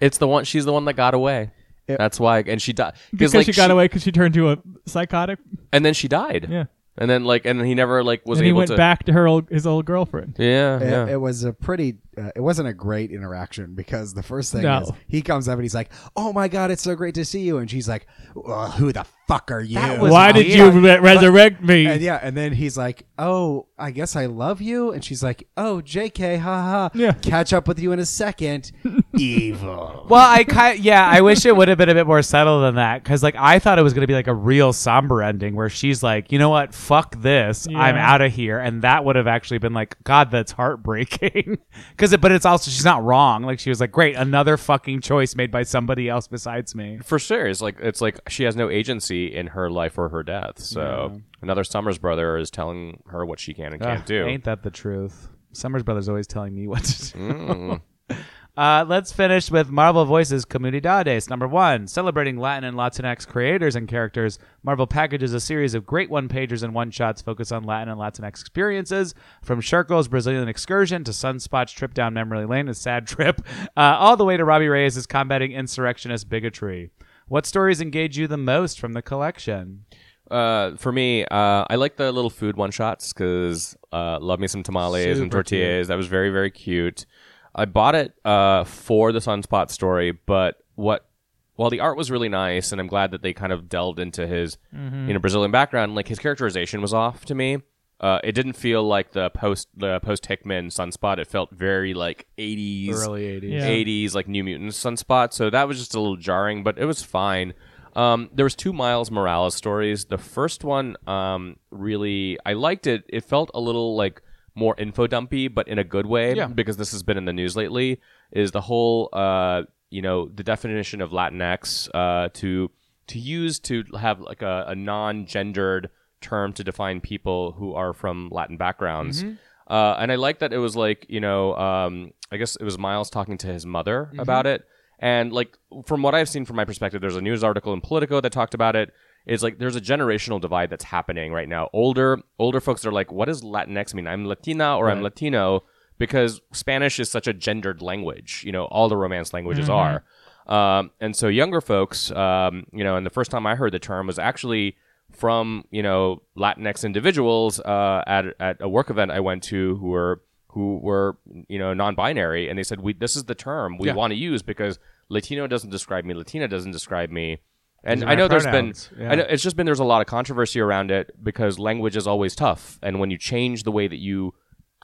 it's the one. She's the one that got away. Yeah. That's why, and she died because she got away because she turned to a psychotic. and then she died. Yeah, And then like, and he never like was and able he went to. back to her old his old girlfriend. Yeah, It, yeah. it was a pretty. Uh, it wasn't a great interaction because the first thing No. is he comes up and he's like, "Oh my god, it's so great to see you," and she's like, well, "Who the fuck are you?" was Why weird. did you re- resurrect me? and yeah, and then he's like, "Oh, I guess I love you," and she's like, "Oh, J.K., haha, Yeah. catch up with you in a second, evil." Well, I ki- yeah, I wish it would have been a bit more subtle than that because like I thought it was gonna be like a real somber ending where she's like, you know what, fuck this, I'm Yeah. out of here, and that would have actually been like, God, that's heartbreaking. Because it, but it's also she's not wrong. Like she was like, great, another fucking choice made by somebody else besides me. for sure. It's like it's like she has no agency in her life or her death. So another Summers brother is telling her what she can and can't Ugh, do. Ain't that the truth? Summers Brothers always telling me what to do. Mm. Uh, let's finish with Marvel Voices Comunidades. Number one, celebrating Latin and Latinx creators and characters, Marvel packages a series of great one pagers and one shots focused on Latin and Latinx experiences, from Sherko's Brazilian excursion to Sunspot's trip down memory lane, a sad trip, uh, all the way to Robbie Reyes' combating insurrectionist bigotry. What stories engage you the most from the collection? uh, for me, uh, I like the little food one shots because uh, love me some tamales and Super tortillas. That was very very cute. I bought it uh, for the sunspot story, but what? While the art was really nice, and I'm glad that they kind of delved into his Mm-hmm. you know Brazilian background, like his characterization was off to me. Uh, it didn't feel like the post the post Hickman sunspot. It felt very like 80s Early 80s. Yeah. 80s like New Mutants Sunspot. So that was just a little jarring, but it was fine. Um, there was two Miles Morales stories. The first one um, really I liked it. It felt a little like more info dumpy, but in a good way Yeah. because this has been in the news lately. Is the whole uh, you know the definition of Latinx uh, to to use to have like a, a non-gendered term to define people who are from Latin backgrounds. Uh, and I like that it was like, you know, um, I guess it was Miles talking to his mother about it. And like, from what I've seen from my perspective, there's a news article in Politico that talked about it. is like there's a generational divide that's happening right now. Older older folks are like, what does Latinx mean? I'm Latina or I'm Latino because Spanish is such a gendered language. You know, all the Romance languages are. Um, and so younger folks, um, you know, and the first time I heard the term was actually from you know Latinx individuals uh, at at a work event I went to who were who were you know non-binary, and they said we this is the term we want to use because Latino doesn't describe me, Latina doesn't describe me. And These are I my know there's been, pronouns, I yeah. know, it's just been there's a lot of controversy around it because language is always tough, and when you change the way that you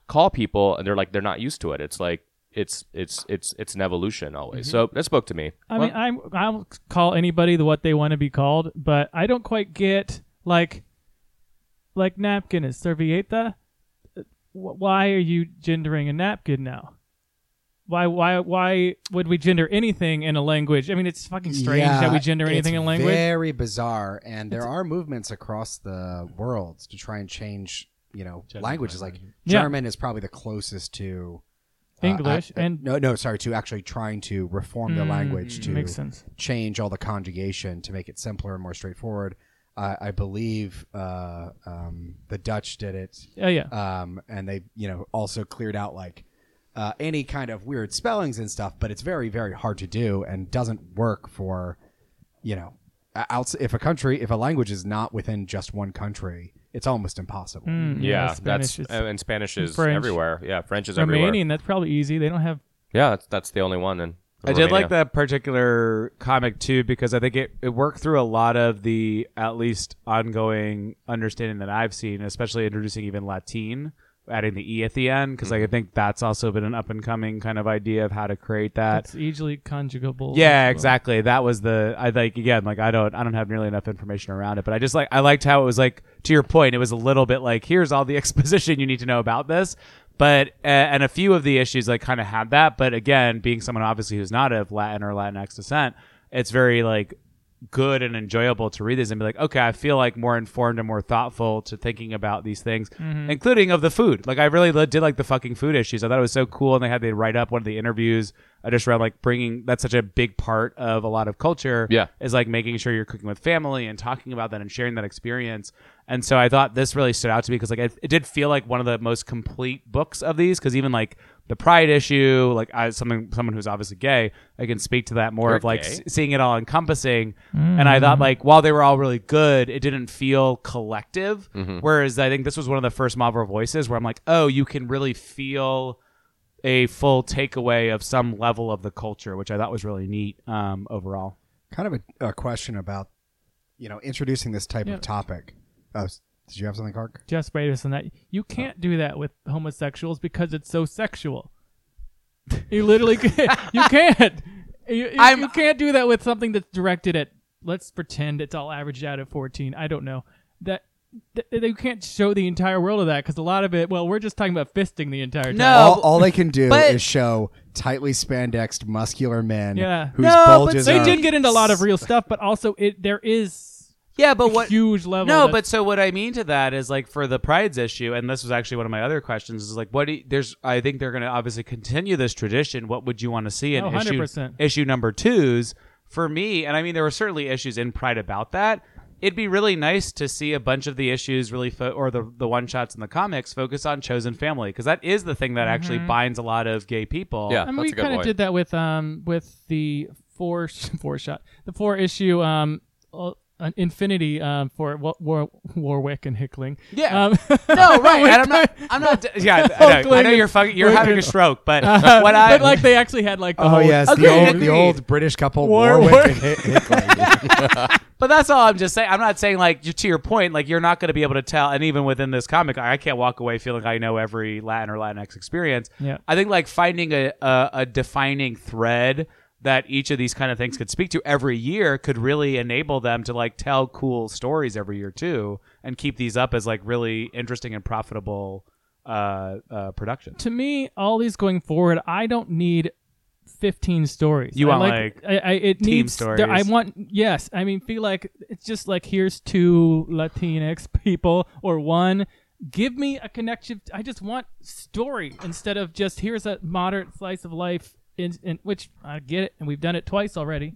call people, and they're like they're not used to it. It's like it's it's it's it's an evolution always. So that spoke to me. I mean, I'm I'll call anybody the what they want to be called, but I don't quite get like like napkin is servieta. Wh- Why are you gendering a napkin now? Why why why would we gender anything in a language? I mean, it's fucking strange that we gender it's anything in language. Very bizarre, and there are movements across the world to try and change, you know, languages. Like Yeah. German is probably the closest to uh, English ac- and- Mm, no, no, sorry, to actually trying to reform the language to makes sense. change all the conjugation to make it simpler and more straightforward. Uh, I believe uh, um, the Dutch did it Oh yeah. um, and they you know also cleared out like uh, any kind of weird spellings and stuff. But it's very very hard to do and doesn't work for you know o- outs- if a country if a language is not within just one country, it's almost impossible. Mm, Yeah, Spanish that's is- and Spanish is French. everywhere. Yeah, French is everywhere. Romanian. That's probably easy. They don't have Yeah, that's that's the only one. And I did like that particular comic too because I think it, it worked through a lot of the at least ongoing understanding that I've seen, especially introducing even Latin, adding the E at the end because like, I think that's also been an up and coming kind of idea of how to create that. it's easily conjugable. yeah, exactly. That was the I like again like I don't I don't have nearly enough information around it, but I just like I liked how it was like to your point. It was a little bit like here's all the exposition you need to know about this, but uh, and a few of the issues like kind of had that. But again, being someone obviously who's not of Latin or Latinx descent, it's very like good and enjoyable to read these and be like, okay, I feel like more informed and more thoughtful to thinking about these things, including of the food. Like I really li- did like the fucking food issues. I thought it was so cool, and they had they write up one of the interviews. I just read like bringing that's such a big part of a lot of culture. Yeah. is like making sure you're cooking with family and talking about that and sharing that experience. And so I thought this really stood out to me because like it, it did feel like one of the most complete books of these because even like the pride issue, like I someone someone who's obviously gay, I can speak to that more You're of like gay? s- seeing it all encompassing. And I thought like while they were all really good, it didn't feel collective. Whereas I think this was one of the first Marvel voices where I'm like, oh, you can really feel a full takeaway of some level of the culture, which I thought was really neat um, overall. Kind of a, a question about you know introducing this type Yeah. of topic. Oh, s- did you have something, Clark? Jess Bratis and that you can't do that with homosexuals because it's so sexual. You literally can't. You can't. You, you- I'm- you can't do that with something that's directed at. Let's pretend it's all averaged out at fourteen. I don't know that. th- They can't show the entire world of that because a lot of it. Well, we're just talking about fisting the entire time. No, all, all they can do but- is show tightly spandexed muscular men Yeah. whose No, but bulges they are did get into a lot of real stuff, but also it there is Yeah, but a huge level. No, that- but so what I mean to that is like for the prides issue, and this was actually one of my other questions is like, what do you, there's, I think they're going to obviously continue this tradition. What would you want to see in Oh, issue 100%. issue number twos for me? And I mean, there were certainly issues in pride about that. It'd be really nice to see a bunch of the issues really fo- or the the one shots in the comics focus on chosen family because that is the thing that actually binds a lot of gay people. Yeah, I mean, that's we a good kind of point. did that with um with the four four shot the four issue um uh, infinity um for Wa- War, Warwick and Hickling. Yeah. Um, No, right. And I'm not. I'm not. Yeah, I know, I know you're fucking. You're having a stroke, but what I but like they actually had like the Oh whole, yes, the Agreed, old the agreed. old British couple War- Warwick War- and Hick- Hickling. But that's all I'm just saying. I'm not saying like you- to your point, like you're not going to be able to tell. And even within this comic, I I can't walk away feeling I know every Latin or Latinx experience. Yeah. I think like finding a, a a defining thread that each of these kind of things could speak to every year could really enable them to like tell cool stories every year too, and keep these up as like really interesting and profitable uh, uh production. to me, all these going forward, I don't need fifteen stories. You I want, I, I, it team needs there- I stories. want yes. I mean, feel like it's just like here's two Latinx people or one. Give me a connection. I just want story instead of just here's a modern slice of life. In, in which I get it, and we've done it twice already.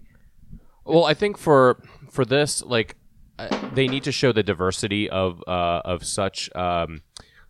Well, I think for for this, like uh, they need to show the diversity of uh, of such um,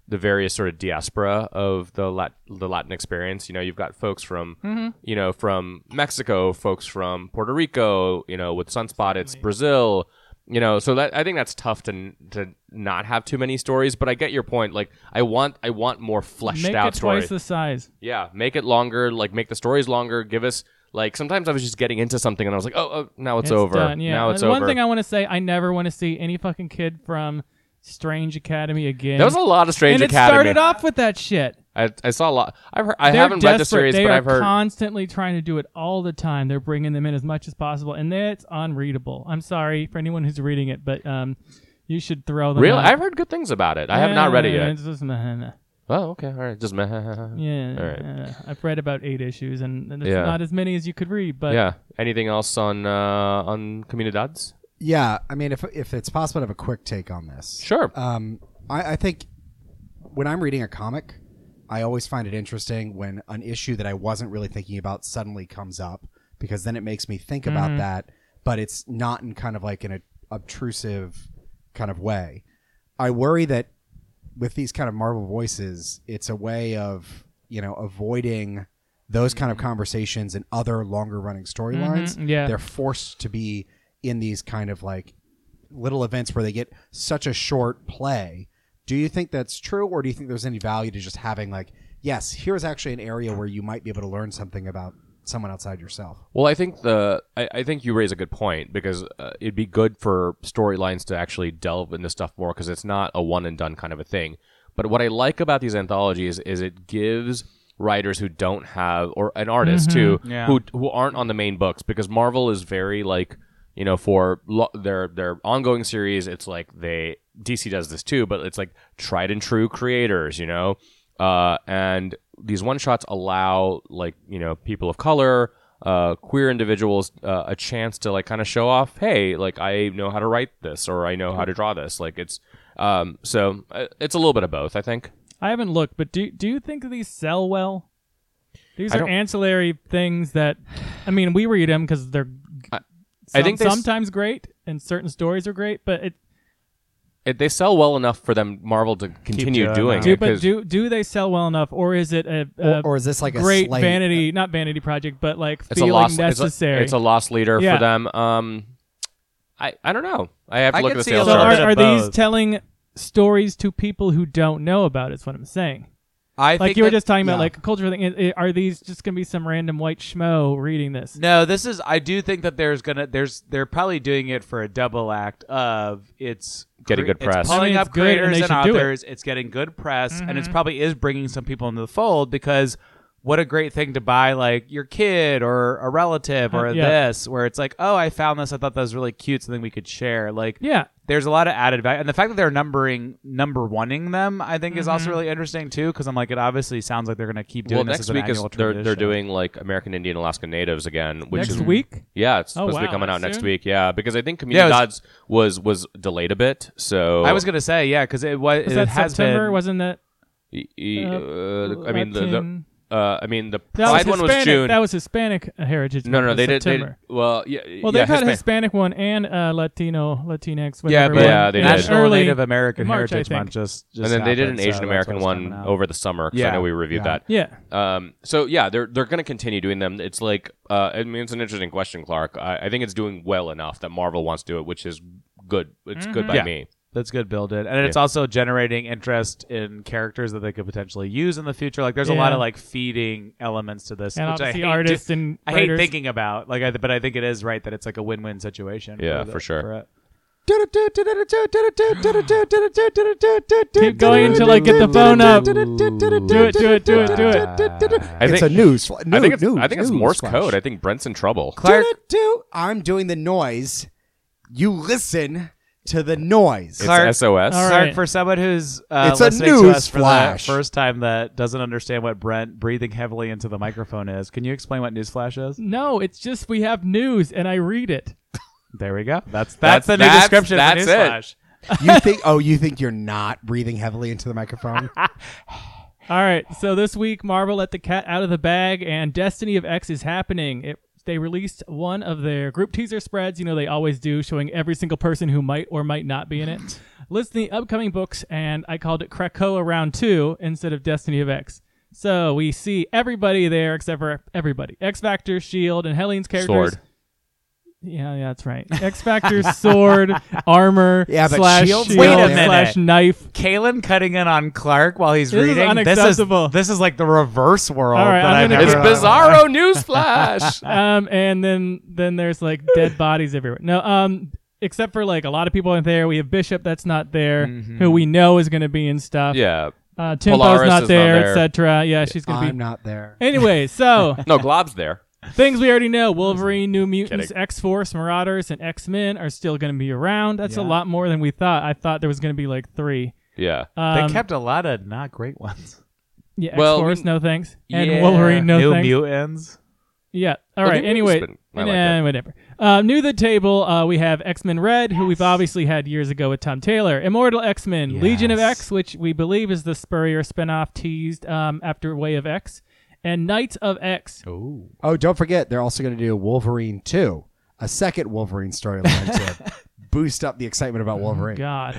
the various sort of diaspora of the Lat- the Latin experience. You know, you've got folks from Mm-hmm. you know from Mexico, folks from Puerto Rico. You know, with Sunspot, it's Brazil. You know, so that I think that's tough to n- to not have too many stories. But I get your point. Like, I want I want more fleshed Make out it stories. twice the size. Yeah, make it longer. Like make the stories longer. Give us like sometimes I was just getting into something and I was like, oh, oh now it's, over. done, yeah. Now it's One over. thing I want to say, I never want to see any fucking kid from Strange Academy again. there was a lot of Strange and it Academy. started off with that shit. I, I saw a lot. I've heard, I They're haven't read the desperate. series, they but are I've heard. constantly trying to do it all the time. They're bringing them in as much as possible, and that's unreadable. I'm sorry for anyone who's reading it, but um, you should throw them. really, out. I've heard good things about it. I have not read it Yeah, yet. it's just- yeah, Oh, okay, all right, just meh. yeah. All right. yeah. I've read about eight issues, and there's Yeah. not as many as you could read. But Anything else on uh, on Comunidades? Yeah, I mean, if if it's possible to have a quick take on this, Sure. Um, I, I think when I'm reading a comic, I always find it interesting when an issue that I wasn't really thinking about suddenly comes up because then it makes me think about that, but it's not in kind of like an ob- obtrusive kind of way. I worry that with these kind of Marvel voices, it's a way of you know avoiding those kind of conversations and other longer running storylines. Mhm, yeah. they're forced to be in these kind of like little events where they get such a short play. Do you think that's true, or do you think there's any value to just having like, yes, here's actually an area where you might be able to learn something about someone outside yourself? Well, I think the I, I think you raise a good point because uh, it'd be good for storylines to actually delve into stuff more because it's not a one and done kind of a thing. But what I like about these anthologies is it gives writers who don't have or an artist too Yeah. who who aren't on the main books because Marvel is very like you know for lo- their their ongoing series it's like they DC does this too but it's like tried and true creators you know uh, and these one shots allow like you know people of color uh, queer individuals uh, a chance to like kind of show off hey like I know how to write this or I know how to draw this like it's um, so uh, it's a little bit of both I think I haven't looked, but do do you think these sell well? These I are don't- ancillary things that, I mean, we read them because they're. I- some- I think they s- sometimes great, and certain stories are great, but it, it, they sell well enough for them Marvel to continue doing doing that. do it but 'cause- do do they sell well enough, or is it a, a or is this like a Uh, uh, great slate? vanity, not vanity project, but like it's a feeling loss it's a- necessary? It's a, loss leader Yeah. for them um, I I don't know I have to I look at could the see a sales so little chart. bit are, are of these both. telling stories to people who don't know about? It's what I'm saying. I Like think you were that- just talking about, yeah. like a culture thing. It- it- Are these just gonna be some random white schmo reading this? No, this is. I do think that there's gonna there's they're probably doing it for a double act of it's Getting cre- good press. It's pulling I mean, it's up good and creators they and, should do it. Mm-hmm. authors. It's getting good press, and it's probably is bringing some people into the fold because what a great thing to buy like your kid or a relative or Uh, yeah. this where it's like oh I found this I thought that was really cute something we could share like Yeah, there's a lot of added value and the fact that they're numbering number oneing them I think is Mm-hmm. also really interesting too because I'm like it obviously sounds like they're gonna keep doing well, this next as an week is annual they're, they're tradition. doing like American Indian Alaska Natives again, which next is week. yeah, it's Oh, supposed to wow, be coming that out next soon? week. Yeah, because I think Yeah, it was- Comunidades was, was delayed a bit, so I was gonna say yeah because it was, Was it that has September? been Wasn't that? Y- y- Uh, uh, I mean the, Latin- the uh, I mean the That Pride was one was Hispanic. June. That was Hispanic Heritage. no, Month no, was they did, they September. did. Well, yeah, Well, yeah, they've had a Hispanic- Hispanic one and a Latino, Yeah, Latinx. whatever but one. Yeah, they And did. that's National early- Native American in March, I Heritage think. Month just, just and then they did an happened, so Asian that's American what's coming one out. over the summer because I Yeah. know we reviewed Yeah. that. Yeah, Um, so yeah, they're they're going to continue doing them. It's like uh, I mean, it's an interesting question, Clark. I, I think it's doing well enough that Marvel wants to do it, which is good. It's good by Mm-hmm. Yeah. me. That's good building, and it's also generating interest in characters that they could potentially use in the future. Like, there's a lot Yeah. of like feeding elements to this, and which I hate obviously to- artists and I hate writers. thinking about like, I, but I think it is right that it's like a win-win situation. Yeah, the- for sure. it. Keep going until I get the phone up. Do it, do it, do it, do it. I It's think a news. fla- I think it's, news- I think it's news Morse flash. code. I think Brent's in trouble. Clark, Do-do-do. I'm doing the noise. You listen to the noise. It's Clark- SOS. All Clark, right. for someone who's uh, It's a listening to news us for flash. the first time that doesn't understand what Brent breathing heavily into the microphone is, can you explain what newsflash is? No, it's just we have news and I read it. There we go. That's That's- that's, the new that's- description that's for it. newsflash. You think? Oh, you think you're not breathing heavily into the microphone? All right, so this week Marvel let the cat out of the bag and Destiny of X is happening. It they released one of their group teaser spreads. You know, they always do, showing every single person who might or might not be in it. Listing the upcoming books, and I called it Krakoa Round 2 instead of Destiny of X. So we see everybody there except for everybody X Factor, Shield, E and Helene's characters. Sword. Yeah, yeah, that's right. X Factor, sword, armor, Yeah, but slash Shield's shield, not there. slash Wait a knife. Kalen cutting in on Clark while he's This is reading. unacceptable. This is this is like the reverse world All right, that I'm I've gonna never It's Yeah. Bizarro Newsflash. Um, and then then there's like dead bodies everywhere. No, um, except for like a lot of people in there. We have Bishop that's not there, who we know is going to be in stuff. Mm-hmm. yeah. uh, Tempo's Polaris is not not there, there. etc. Yeah, she's going to I'm be. not there. Anyway, so No, Glob's there. things we already know: Wolverine, New Mutants, Kidding. X Force, Marauders, and X Men are still going to be around. That's a Yeah. lot more than we thought. I thought there was going to be like three. Yeah. Um, they kept a lot of not great ones. yeah, X Well, Force, no thanks, and yeah, Wolverine, no New thanks. mutants. Yeah. All Well, right. the Anyway, music's been- I like eh, it. whatever. Uh, new to the table, uh, we have X Men Red, who we've obviously had years ago with Tom Taylor. Immortal X Men, Legion of Yes. X, which we believe is the Spurrier spinoff teased um, after Way of X, and Knights of X. Ooh. Oh, don't forget, they're also going to do Wolverine 2, a second Wolverine storyline to boost up the excitement Oh about Wolverine. God.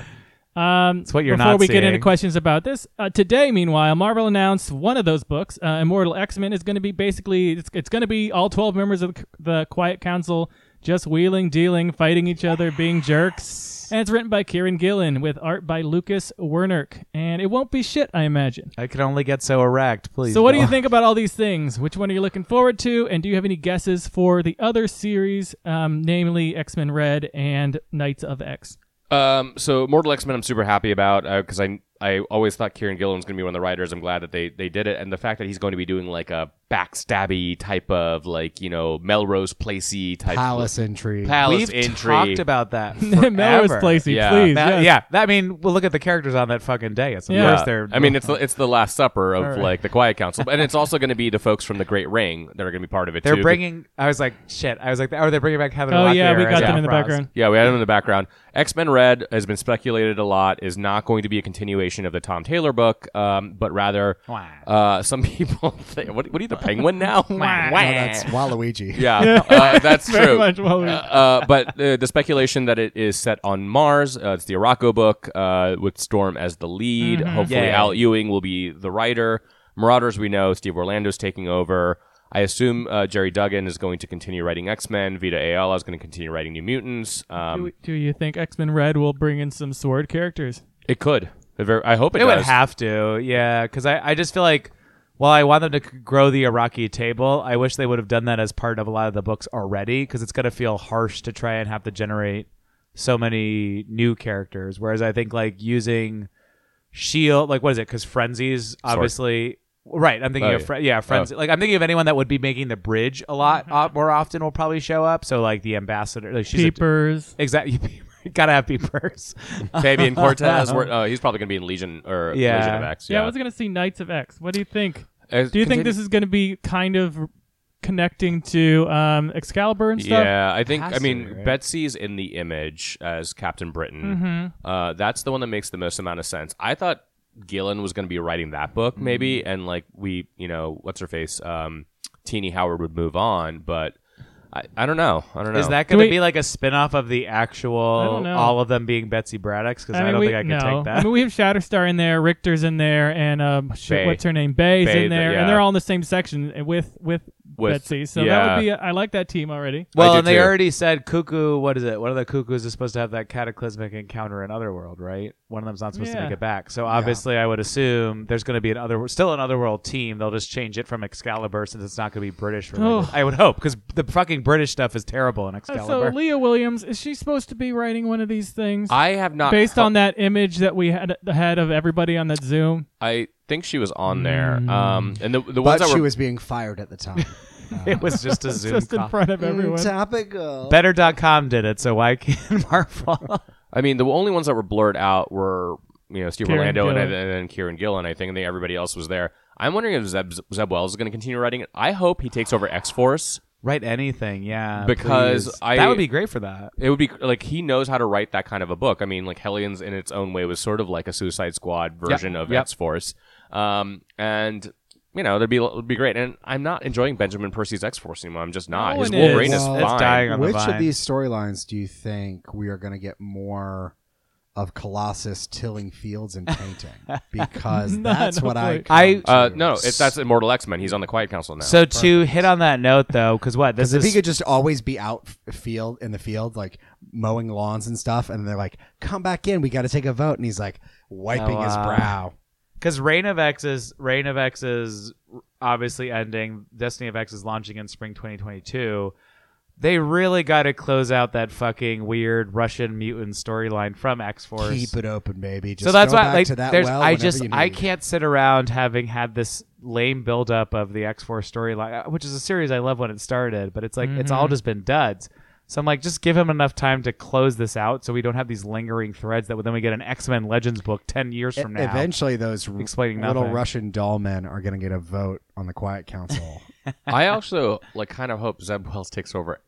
Um, what you're before not we get into seeing. questions about this uh, today, meanwhile, Marvel announced one of those books, uh, Immortal X Men, is going to be basically it's, it's going to be all twelve members of the, c- the Quiet Council just wheeling, dealing, fighting each other, being jerks. And it's written by Kieran Gillen with art by Lucas Wernick, and it won't be shit, I imagine. I can only get so erect, please. So, what do you Lord. think about all these things? Which one are you looking forward to? And do you have any guesses for the other series, um, namely X Men Red and Knights of X? Um, so Mortal X Men, I'm super happy about because I I always thought Kieran Gillen was going to be one of the writers. I'm glad that they they did it, and the fact that he's going to be doing like a backstabby type of like you know Melrose Placey type Palace intrigue. palace We've intrigue. talked about that. Melrose forever. Placey, Yeah. please. That- yes. Yeah, that, I mean, we'll look at the characters on that fucking day. It's Yeah. yeah. course they're. I mean, it's the, it's the Last Supper of like the Quiet Council, and it's also going to be the folks from the Great Ring that are going to be part of it. they're too. bringing. I was like, shit. I was like, oh, they're bringing back Heather. Oh yeah, Locklear we as got them in the Frost. background. Yeah, we had him in the background. X Men Red has been speculated a lot, is not going to be a continuation of the Tom Taylor book, um, but rather Wah. uh, some people think, what, what are you, the penguin now? No, that's Waluigi. Yeah, uh, that's Very true. much what we- Uh, uh, but uh, the speculation that it is set on Mars, uh, it's the Araco book uh, with Storm as the lead. Mm-hmm. Hopefully, Yeah. Al Ewing will be the writer. Marauders, we know Steve Orlando's taking over. I assume uh, Jerry Duggan is going to continue writing X Men. Vita Ayala is going to continue writing New Mutants. Do, Um, we- do you think X Men Red will bring in some sword characters? it could. It ver- I hope it, It would does. have to, yeah, because I, I just feel like while I want them to c- grow the Iraqi table, I wish they would have done that as part of a lot of the books already, because it's going to feel harsh to try and have to generate so many new characters. Whereas I think like using Shield, E like what is it? Because Frenzy's obviously. Right, I'm thinking Oh, of yeah. Fre- yeah, Frenzy. Like I'm thinking of anyone that would be making the bridge a lot uh, more often will probably show up. So like the ambassador, like she's Peepers. exactly. Gotta have peepers. Fabian Cortez, we're- uh, he's probably going to be in Legion or Yeah. Legion of X. yeah. Yeah. I was gonna see Knights of X. What do you think? Uh, Do you continue- think this is gonna be kind of connecting to um, Excalibur and stuff? Yeah, I think. I Has to mean, be, right? Betsy's in the image as Captain Britain. Uh, that's the one that makes the most amount of sense. I thought Gillen was going to be writing that book, maybe, and like we, you know, what's her face, um, Teeny Howard would move on, but I, I don't know. I don't know. Is that going to we- be like a spin-off of the actual don't know. all of them being Betsy Braddock's? Because I, don't we, think I can no. take that. I mean, we have Shatterstar in there, Richter's in there, and um, shit, Bay. what's her name? Bay's Bay, in the- there, yeah. and they're all in the same section with with, With- Betsy. So that yeah. would be. I like that team already. I well, do and they too. already said Cuckoo. What is it? One of the Cuckoos is supposed to have that cataclysmic encounter in Otherworld, right? One of them's not supposed Yeah. to make it back. So obviously, I would assume there's going to be an other, still an Otherworld team. They'll just change it from Excalibur since it's not going to be British. Related. Oh. I would hope because the fucking British stuff is terrible in Uh, Excalibur. So Leah Williams is she supposed to be writing one of these things? I have not based on that image that we had the head of everybody on that Zoom. I think she was on there. Um, and the the ones But that she were was being fired at the time. it was just a Zoom just in call. front of Mm, everyone. Topical. Better.com did it, so why can't Marvel? I mean, the only ones that were blurred out were you know Steve Kieran Orlando and, Gillen. and then Kieran Gillen. I think, and then everybody else was there. I'm wondering if Zeb, Zeb Wells is going to continue writing it. I hope he takes over X Force. Write anything, yeah. Because please. I- that would be great for that. It would be like he knows how to write that kind of a book. I mean, like Hellions in its own way was sort of like a Suicide Squad version of yep. X Force. Um, and you know, there'd be it'd be great. And I'm not enjoying Benjamin Percy's X Force anymore. I'm just not. No His one Wolverine is. is Well, fine. it's dying on the Which vine. of these storylines do you think we are going to get more of Colossus tilling fields and painting? Because No, that's no what I. way. come I- to. Uh, no, it's that's Immortal X Men. He's on the Quiet Council now. So to hit on that note, though, because what this Because if he is could just always be out f- field in the field, like mowing lawns and stuff, and they're like, "Come back in, we got to take a vote," and he's like wiping Oh, his wow. brow. because Reign of X is Reign of X is obviously ending. Destiny of X is launching in spring 2022. They really got to close out that fucking weird Russian mutant storyline from X Force. Keep it open, baby. Just so that's go why back like to that there's well I whenever just you I need. can't sit around having had this lame buildup of the X Force storyline, uh, which is a series I love when it started, but it's like it's Mm-hmm. all just been duds. So I'm like, just give him enough time to close this out, so we don't have these lingering threads that then we get an X Men Legends book ten years E- from now. Eventually, those r- Explaining little nothing. Russian doll men are going to get a vote on the Quiet Council. I also like kind of hope Zeb Wells takes over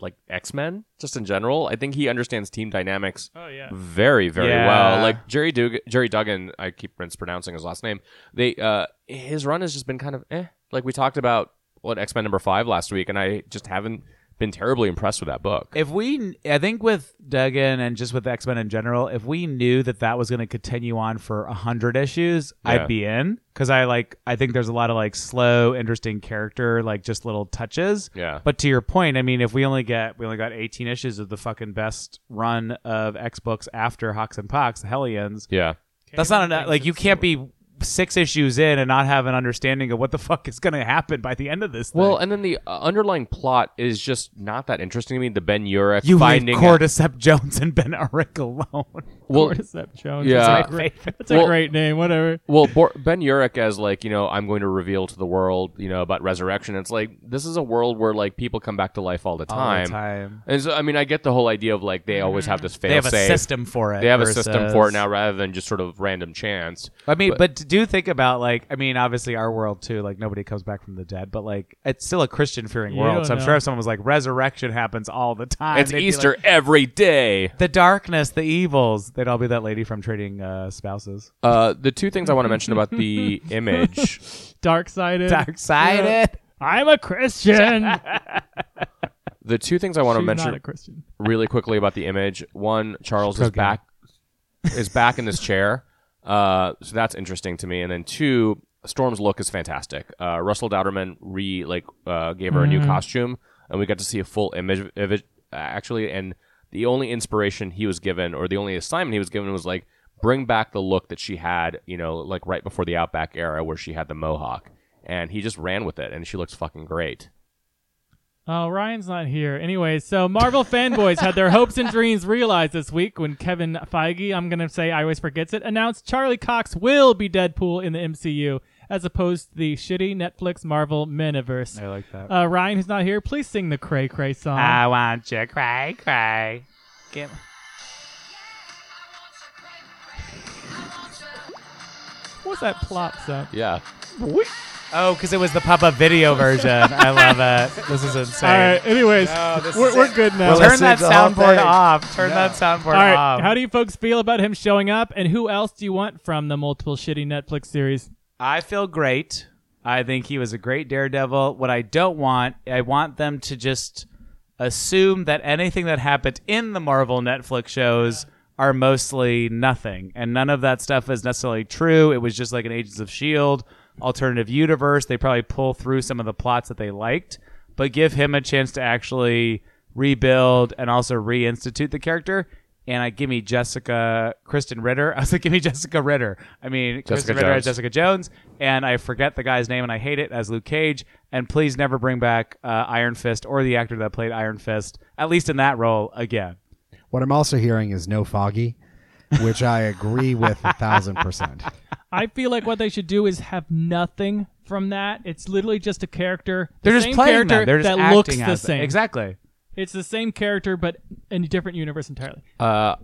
like X Men just in general. I think he understands team dynamics Oh yeah. very very Yeah. well. Like Jerry Dug- Jerry Duggan, I keep mispronouncing his last name. They uh his run has just been kind of eh. Like we talked about what X Men number five last week, and I just haven't been terribly impressed with that book. if we i think with duggan and just with x-men in general if we knew that that was going to continue on for 100 issues Yeah. i'd be in because i like i think there's a lot of like slow interesting character like just little touches Yeah. but to your point i mean if we only get we only got 18 issues of the fucking best run of x books after hawks and pox the hellions yeah. that's not enough like you can't be six issues in and not have an understanding of what the fuck is going to happen by the end of this Well, thing. and then the uh, underlying plot is just not that interesting to me. The Ben Urich you finding leave cordyceps jones and ben Urich alone well, Cordyceps Jones. yeah. That's a great, that's a Well- great name. Whatever. well, Bor- Ben Urich as like you know, I'm going to reveal to the world, you know, about resurrection. It's like this is a world where like people come back to life all the All the time. time. Mm-hmm. And so, I mean, I get the whole idea of like they always have this fail They have a safe. system for it. They have a system for it versus- now, rather than just sort of random chance. I mean, but, to do think about like, I mean, obviously our world too. Like nobody comes back from the dead, but like it's still a Christian fearing You world. don't So I'm know. sure if someone was like, resurrection happens all the time. it's they'd be Easter Ah, like, every day. the darkness, the evils. They'd all be that lady from trading uh, spouses. Uh, the two things I want to mention about the image Dark sided. Dark sided. I'm a Christian. I the two things I want to She's mention not a Christian. really quickly about the image. One, Charles is Okay. back is back in this chair, uh, so that's interesting to me. And then two, Storm's look is fantastic. Uh, Russell Dowderman re like uh, gave her a new costume, and we got to see a full image of it uh, actually. And the only inspiration he was given, or the only assignment he was given, was like bring back the look that she had, you know, like right before the Outback era where she had the mohawk. And he just ran with it, and she looks fucking great. Oh, Ryan's not here. Anyway, so Marvel fanboys had their hopes and dreams realized this week when Kevin Feige, I'm going to say I always forgets it, announced Charlie Cox will be Deadpool in the MCU as opposed to the shitty Netflix Marvel Metaverse. I like that. Uh, Ryan, who's not here, please sing the Cray Cray song. Uh-huh. I want you cry, cry. Get- What's that plop sound? Yeah. Oh, because it was the Papa video version. I love it. This is insane. All right, anyways, we're, we're good now. Well, Turn Listen that to the whole soundboard thing. off. Turn that soundboard All right, off. how do you folks feel about him showing up, and who else do you want from the multiple shitty Netflix series? I feel great. I think he was a great daredevil. What I don't want, I want them to just assume that anything that happened in the Marvel Netflix shows are mostly nothing. And none of that stuff is necessarily true. It was just like an Agents of S.H.I.E.L.D. E alternative universe. They probably pull through some of the plots that they liked, but give him a chance to actually rebuild and also reinstitute the character. And I give me Jessica Kristen Ritter. I was like, give me Jessica Ritter. I mean, Kristen Ritter Jones. as Jessica. Jessica Jones, and I forget the guy's name and I hate it as Luke Cage. And please never bring back uh, Iron Fist or the actor that played Iron Fist, at least in that role again. What I'm also hearing is no foggy, which I agree with a thousand percent. I feel like what they should do is have nothing from that. It's literally just a character. the They're just same playing character them. They're just that acting looks the as them. same. Exactly. It's the same character, but in a different universe entirely. Uh,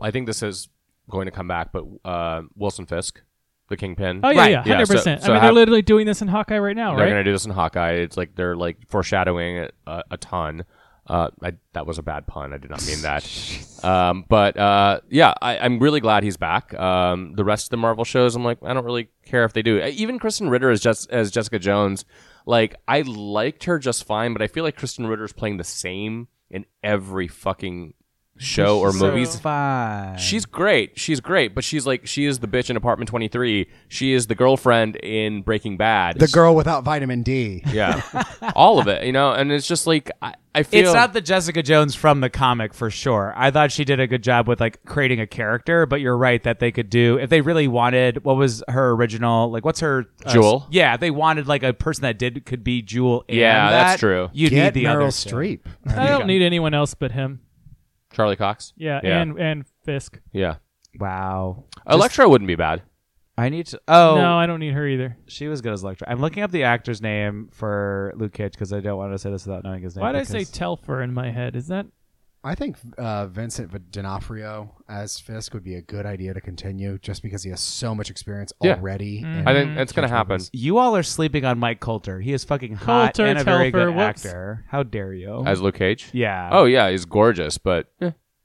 I think this is going to come back, but uh, Wilson Fisk, the Kingpin. Oh yeah, Right. yeah, Yeah, hundred so- percent. so I mean, have- they're literally doing this in Hawkeye right now, They're right? going to do this in Hawkeye. It's like they're like foreshadowing it a, a ton. Uh, I, that was a bad pun. I did not mean that. um, but uh, yeah, I, I'm really glad he's back. Um, the rest of the Marvel shows, I'm like, I don't really care if they do. Uh, Even Kristen Ritter as just as Jessica Jones, like I liked her just fine, but I feel like Kristen Ritter's playing the same in every fucking show or So movies. fine. She's great. She's great, but she's like she is the bitch in Apartment 23. She is the girlfriend in Breaking Bad. The girl without vitamin D. yeah. All of it, you know, and it's just like I, I feel It's not the Jessica Jones from the comic for sure. I thought she did a good job with like creating a character, but you're right that they could do if they really wanted. What was her original? Like, what's her uh, Jewel? Yeah, if they wanted like a person that did could be Jewel. and Yeah, that's that, true. You Get need the Meryl other Streep. I don't need anyone else but him. Charlie Cox. Yeah, Yeah. and and Fisk. Yeah. Wow. Electra wouldn't be bad. I need to. Oh, No, I don't need her either. she was good as Electra. I'm looking up the actor's name for Luke Cage because I don't want to say this without knowing his name. Why did I say because- Telfer in my head? Is that I think uh, Vincent D'Onofrio as Fisk would be a good idea to continue, just because he has so much experience Yeah. already. Mm. I Mm-hmm. think that's going to happen. you all are sleeping on Mike Coulter. He is fucking hot Coulter, and a very Telfer, good whoops. actor. How dare you? As Luke Cage? yeah. Oh yeah, he's gorgeous, but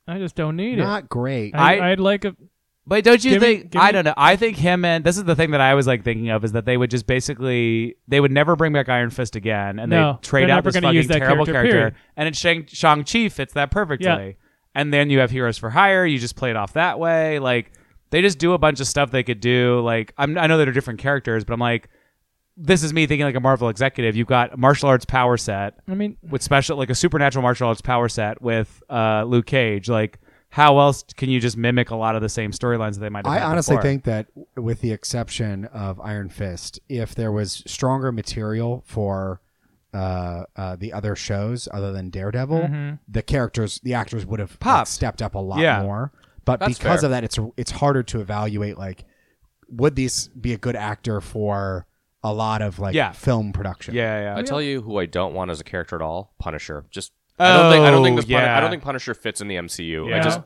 I just don't need it. Not great. I, I- I'd like a But don't you Give me- think? give I me- don't know. I think him and this is the thing that I was like thinking of is that they would just basically they would never bring back Iron Fist again, and No, they trade they're out never this gonna fucking use that terrible character, character. period. And it's Shang Shang Chi fits that perfectly. Yeah. And then you have Heroes for Hire. You just play it off that way. Like they just do a bunch of stuff they could do. Like I'm, I know they're different characters, but I'm like, this is me thinking like a Marvel executive. You've got martial arts power set I mean, with special like a supernatural martial arts power set with uh Luke Cage. Like how else can you just mimic a lot of the same storylines that they might have I had honestly before? think that, with the exception of Iron Fist, if there was stronger material for uh, uh, the other shows other than Daredevil, the characters, the actors would have like, Mm-hmm. Popped. stepped up a lot Yeah. more. But That's because fair. of that, it's it's harder to evaluate. Like, would these be a good actor for a lot of like Yeah. film production? Yeah, Oh, yeah. I tell you who I don't want as a character at all, Punisher. Just I don't think I don't think Oh, this Pun- yeah. I don't think Punisher fits in the MCU. I Yeah. just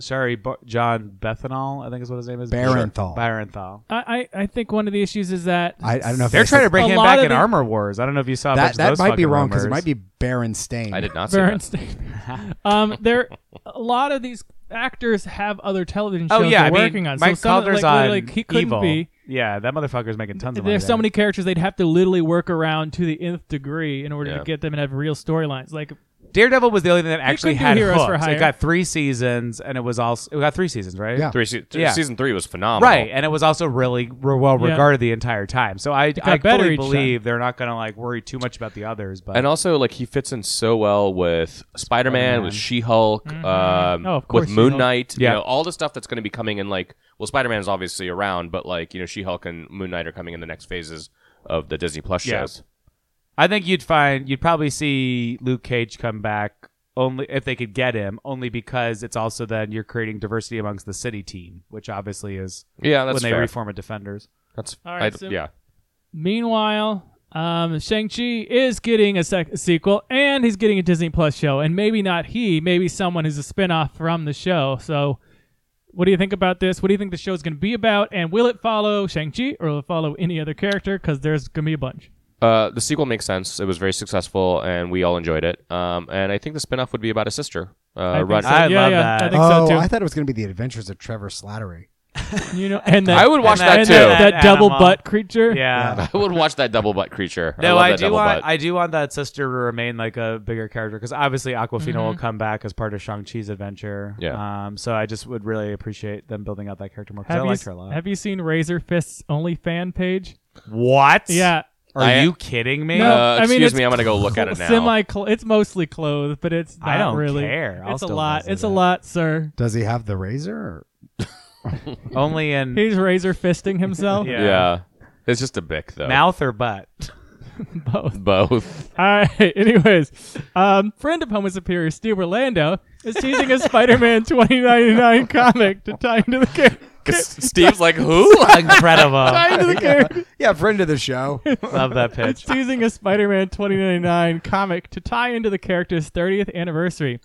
Sorry, Bo- John Bethanol, I think is what his name is. Barenthal. Barenthal. I, I, I think one of the issues is that I, I don't know if They're that's trying the- to bring A him lot back of in the- Armor Wars. I don't know if you saw a bunch that of that those might be fucking wrong because it rumors. might be Baron Stain. I did not see that. Berenstain. um, there a lot of these actors have other television Oh shows yeah, I they're mean, working on. Mike so some of- Calder's like, on like, he couldn't Evil. be. Yeah, that motherfucker's making tons of money. There's so there. many characters they'd have to literally work around to the nth degree in order Yeah. to get them and have real storylines. Like Daredevil was the only thing that actually could do had Heroes hooks. for It Hire. got three seasons, and it was also it got three seasons, right? Yeah. Three se- th- Yeah. season three was phenomenal. Right, and it was also really re- well Yeah. regarded the entire time. So I, I got better fully each believe they're not going to like worry too much about the others. But And also, like he fits in so well with Spider Man, with She Hulk, um, Oh, of course, with Moon She-Hulk. Knight. Yeah. You know, all the stuff that's going to be coming in. Like, well, Spider Man is obviously around, but like you know, She Hulk and Moon Knight are coming in the next phases of the Disney Plus Yeah. shows. I think you'd find you'd probably see Luke Cage come back only if they could get him, only because it's also then you're creating diversity amongst the city team, which obviously is Yeah, that's when they fair. reform a Defenders. that's All right, I- so- yeah. meanwhile, um, Shang Chi is getting a, sec- a sequel and he's getting a Disney Plus show, and maybe not he, maybe someone who's a spinoff from the show. So. What do you think about this? What do you think the show's going to be about? And will it follow Shang-Chi or will it follow any other character? Because there's going to be a bunch. Uh, the sequel makes sense. It was very successful, and we all enjoyed it. Um, and I think the spin off would be about a sister. Uh, think run- so. I yeah, love yeah, that. I think Oh, so too. I thought it was going to be the Adventures of Trevor Slattery. you know, and that, I would watch And that, and too. that, That that double animal. butt creature. Yeah. I would watch that double butt creature. I No, love I, that do double want butt. I do want that sister to remain like a bigger character because obviously Aquafina will Mm-hmm. come back as part of Shang Chi's adventure. Yeah. Um. So I just would really appreciate them building out that character more because I Have you, liked her a lot. have you seen Razor Fist's only fan page? what? Yeah. Are I- you kidding me? No. uh, I mean, excuse it's me, I'm gonna go look at it now. Semi it's mostly clothes, but it's not I don't really. care. I'll it's a still lot. visit It's it. a lot, sir. Does he have the razor? Or? Only in He's razor fisting himself. Yeah. yeah. it's just a bick though. mouth or butt. Both. both. All right. Anyways, um, friend of Homo Superior, Steve Orlando, is teasing a Spider-Man 2099 comic to tie into the character. Steve's like, who? Incredible. Tie into the character. Yeah, friend of the show. Love that pitch. It's using a Spider-Man 2099 comic to tie into the character's 30th anniversary.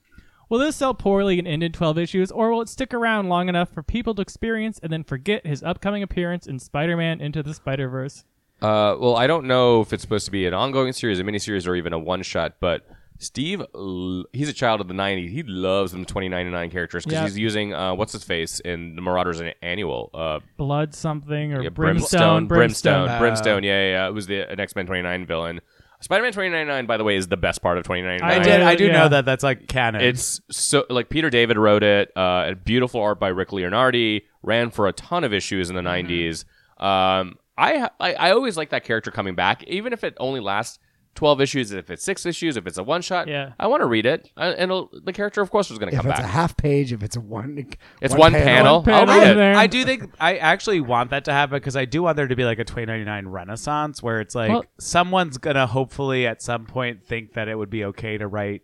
Will this sell poorly and end in 12 issues, or will it stick around long enough for people to experience and then forget his upcoming appearance in Spider-Man Into the Spider-Verse? Uh, well, I don't know if it's supposed to be an ongoing series, a miniseries, or even a one shot, but Steve, l- he's a child of the '90s. He loves them 2099 characters because Yeah. he's using uh, what's his face in the Marauders an- Annual. Uh, Blood something or yeah, brimstone, brimstone, brimstone, Uh, Brimstone, Yeah, yeah, yeah. It was the an X Men 29 villain. Spider Man 2099, by the way, is the best part of 2099. I I did. I do yeah. know that that's like canon. It's so like Peter David wrote it. Uh, a beautiful art by Rick Leonardi. Ran for a ton of issues Mm-hmm. in the '90s. Um, I, I I always like that character coming back, even if it only lasts twelve issues. If it's six issues, if it's a one shot, Yeah. I want to read it. I, and it'll- the character, of course, was going to If come it's a back. half page, if it's a one, It's one panel. One I'll panel read in it. there. I do think I actually want that to happen because I do want there to be like a 2099 renaissance where it's like Well- someone's gonna hopefully at some point think that it would be okay to write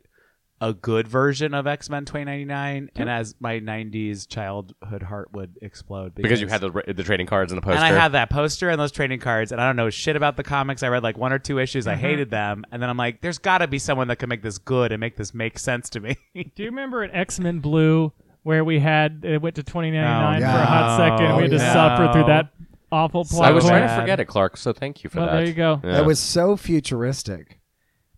a good version of X Men 2099, and as my 90s childhood heart would explode Because you had the, the trading cards and the poster. And I have that poster and those trading cards, and I don't know shit about the comics. I read like one or two issues. I hated them, and then I'm like, "There's got to be someone that can make this good and make this make sense to me." Do you remember in X Men Blue where we had it went to twenty ninety nine Oh, for a hot no. second? We had to Yeah. suffer through that awful plot. I was point. trying to Sad. forget it, Clark. So thank you for Well, that. there you go. Yeah. That was so futuristic,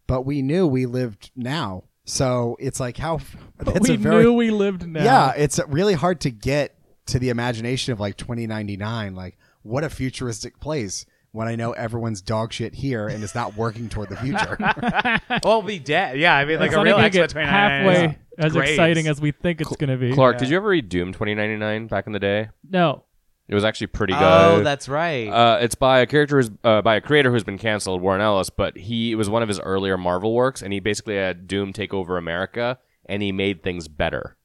but we knew we lived now. So it's like how But it's we a very knew we lived now. yeah. It's really hard to get to the imagination of like 2099. Like what a futuristic place when I know everyone's dog shit here and it's not working toward the future. well, be dead. Yeah, I mean, like it's a only real gonna X Men get 2099. halfway as great. exciting as we think it's going to be. Clark, did you ever read Doom 2099 back in the day? No, It was actually pretty good. Oh, that's right. Uh, it's by a character who's uh, by a creator who's been canceled, Warren Ellis. But he it was one of his earlier Marvel works, and he basically had Doom take over America, and he made things better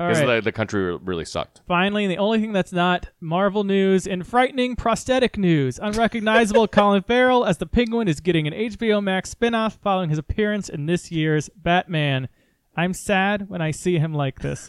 all because right. the, the country really sucked. Finally, the only thing that's not Marvel news and frightening prosthetic news. Unrecognizable Colin Farrell as the Penguin is getting an HBO Max spinoff following his appearance in this year's Batman. I'm sad when I see him like this.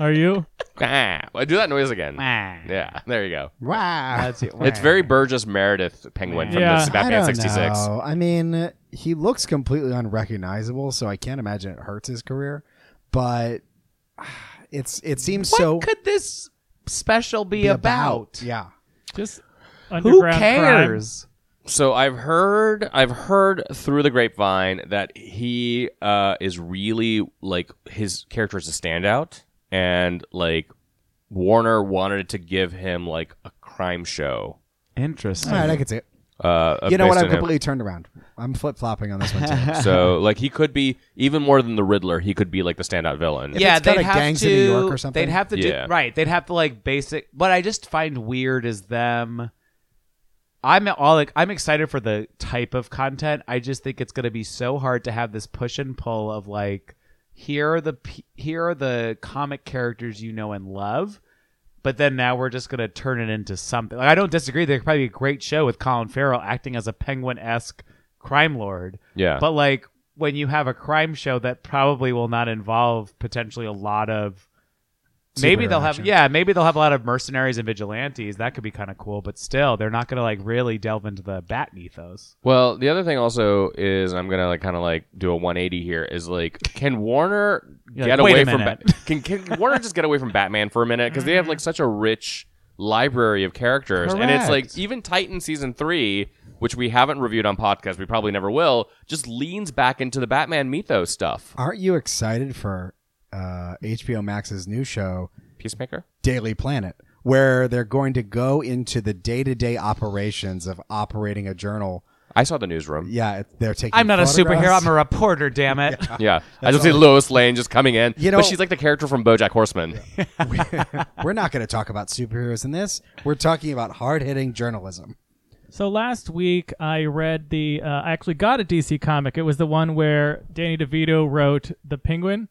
Are you? Ah, well, do that noise again. Ah. Yeah, there you go. wow. That's it. It's very Burgess Meredith Penguin from Yeah. the Batman '66. Know. I mean, he looks completely unrecognizable, so I can't imagine it hurts his career. But ah, it's it seems What so could this special be, be about? Yeah. Just Who underground crime. cares? So I've heard I've heard through the grapevine that he uh, is really like his character is a standout, and like Warner wanted to give him like a crime show. Interesting. All right, I could see it. Uh, you know what? based I'm on him. completely turned around. I'm flip flopping on this one too. so like he could be even more than the Riddler. He could be like the standout villain. If yeah, it's got they'd a have gangs to. in New York or something. They'd have to Yeah. do right. They'd have to like basic. What I just find weird is them. I'm all like I'm excited for the type of content. I just think it's going to be so hard to have this push and pull of like here are the p- here are the comic characters you know and love, but then now we're just going to turn it into something. Like I don't disagree. There could probably be a great show with Colin Farrell acting as a penguin esque crime lord. Yeah. But like when you have a crime show that probably will not involve potentially a lot of maybe Superhero they'll have action. yeah, maybe they'll have a lot of mercenaries and vigilantes. That could be kind of cool, but still they're not going to like really delve into the bat mythos. Well, the other thing also is I'm gonna like kind of like do a 180 here. Is like, can Warner Yeah, get wait away a from minute. Bat can can Warner just get away from Batman for a minute? Because they have like such a rich library of characters, and it's like Correct. even Titan season three, which we haven't reviewed on podcast, we probably never will, just leans back into the Batman mythos stuff. Aren't you excited for uh, HBO Max's new show, Peacemaker. Daily Planet, where they're going to go into the day to day operations of operating a journal? I saw the newsroom. Yeah, it- they're taking. I'm not a superhero, photographs. I'm a reporter, damn it. Yeah, I just see Lois Lane just coming in. You know- but she's like the character from BoJack Horseman. We're not going to talk about superheroes in this. We're talking about hard hitting journalism. So last week I read the uh, I actually got a DC comic. It was the one where Danny DeVito wrote the Penguin.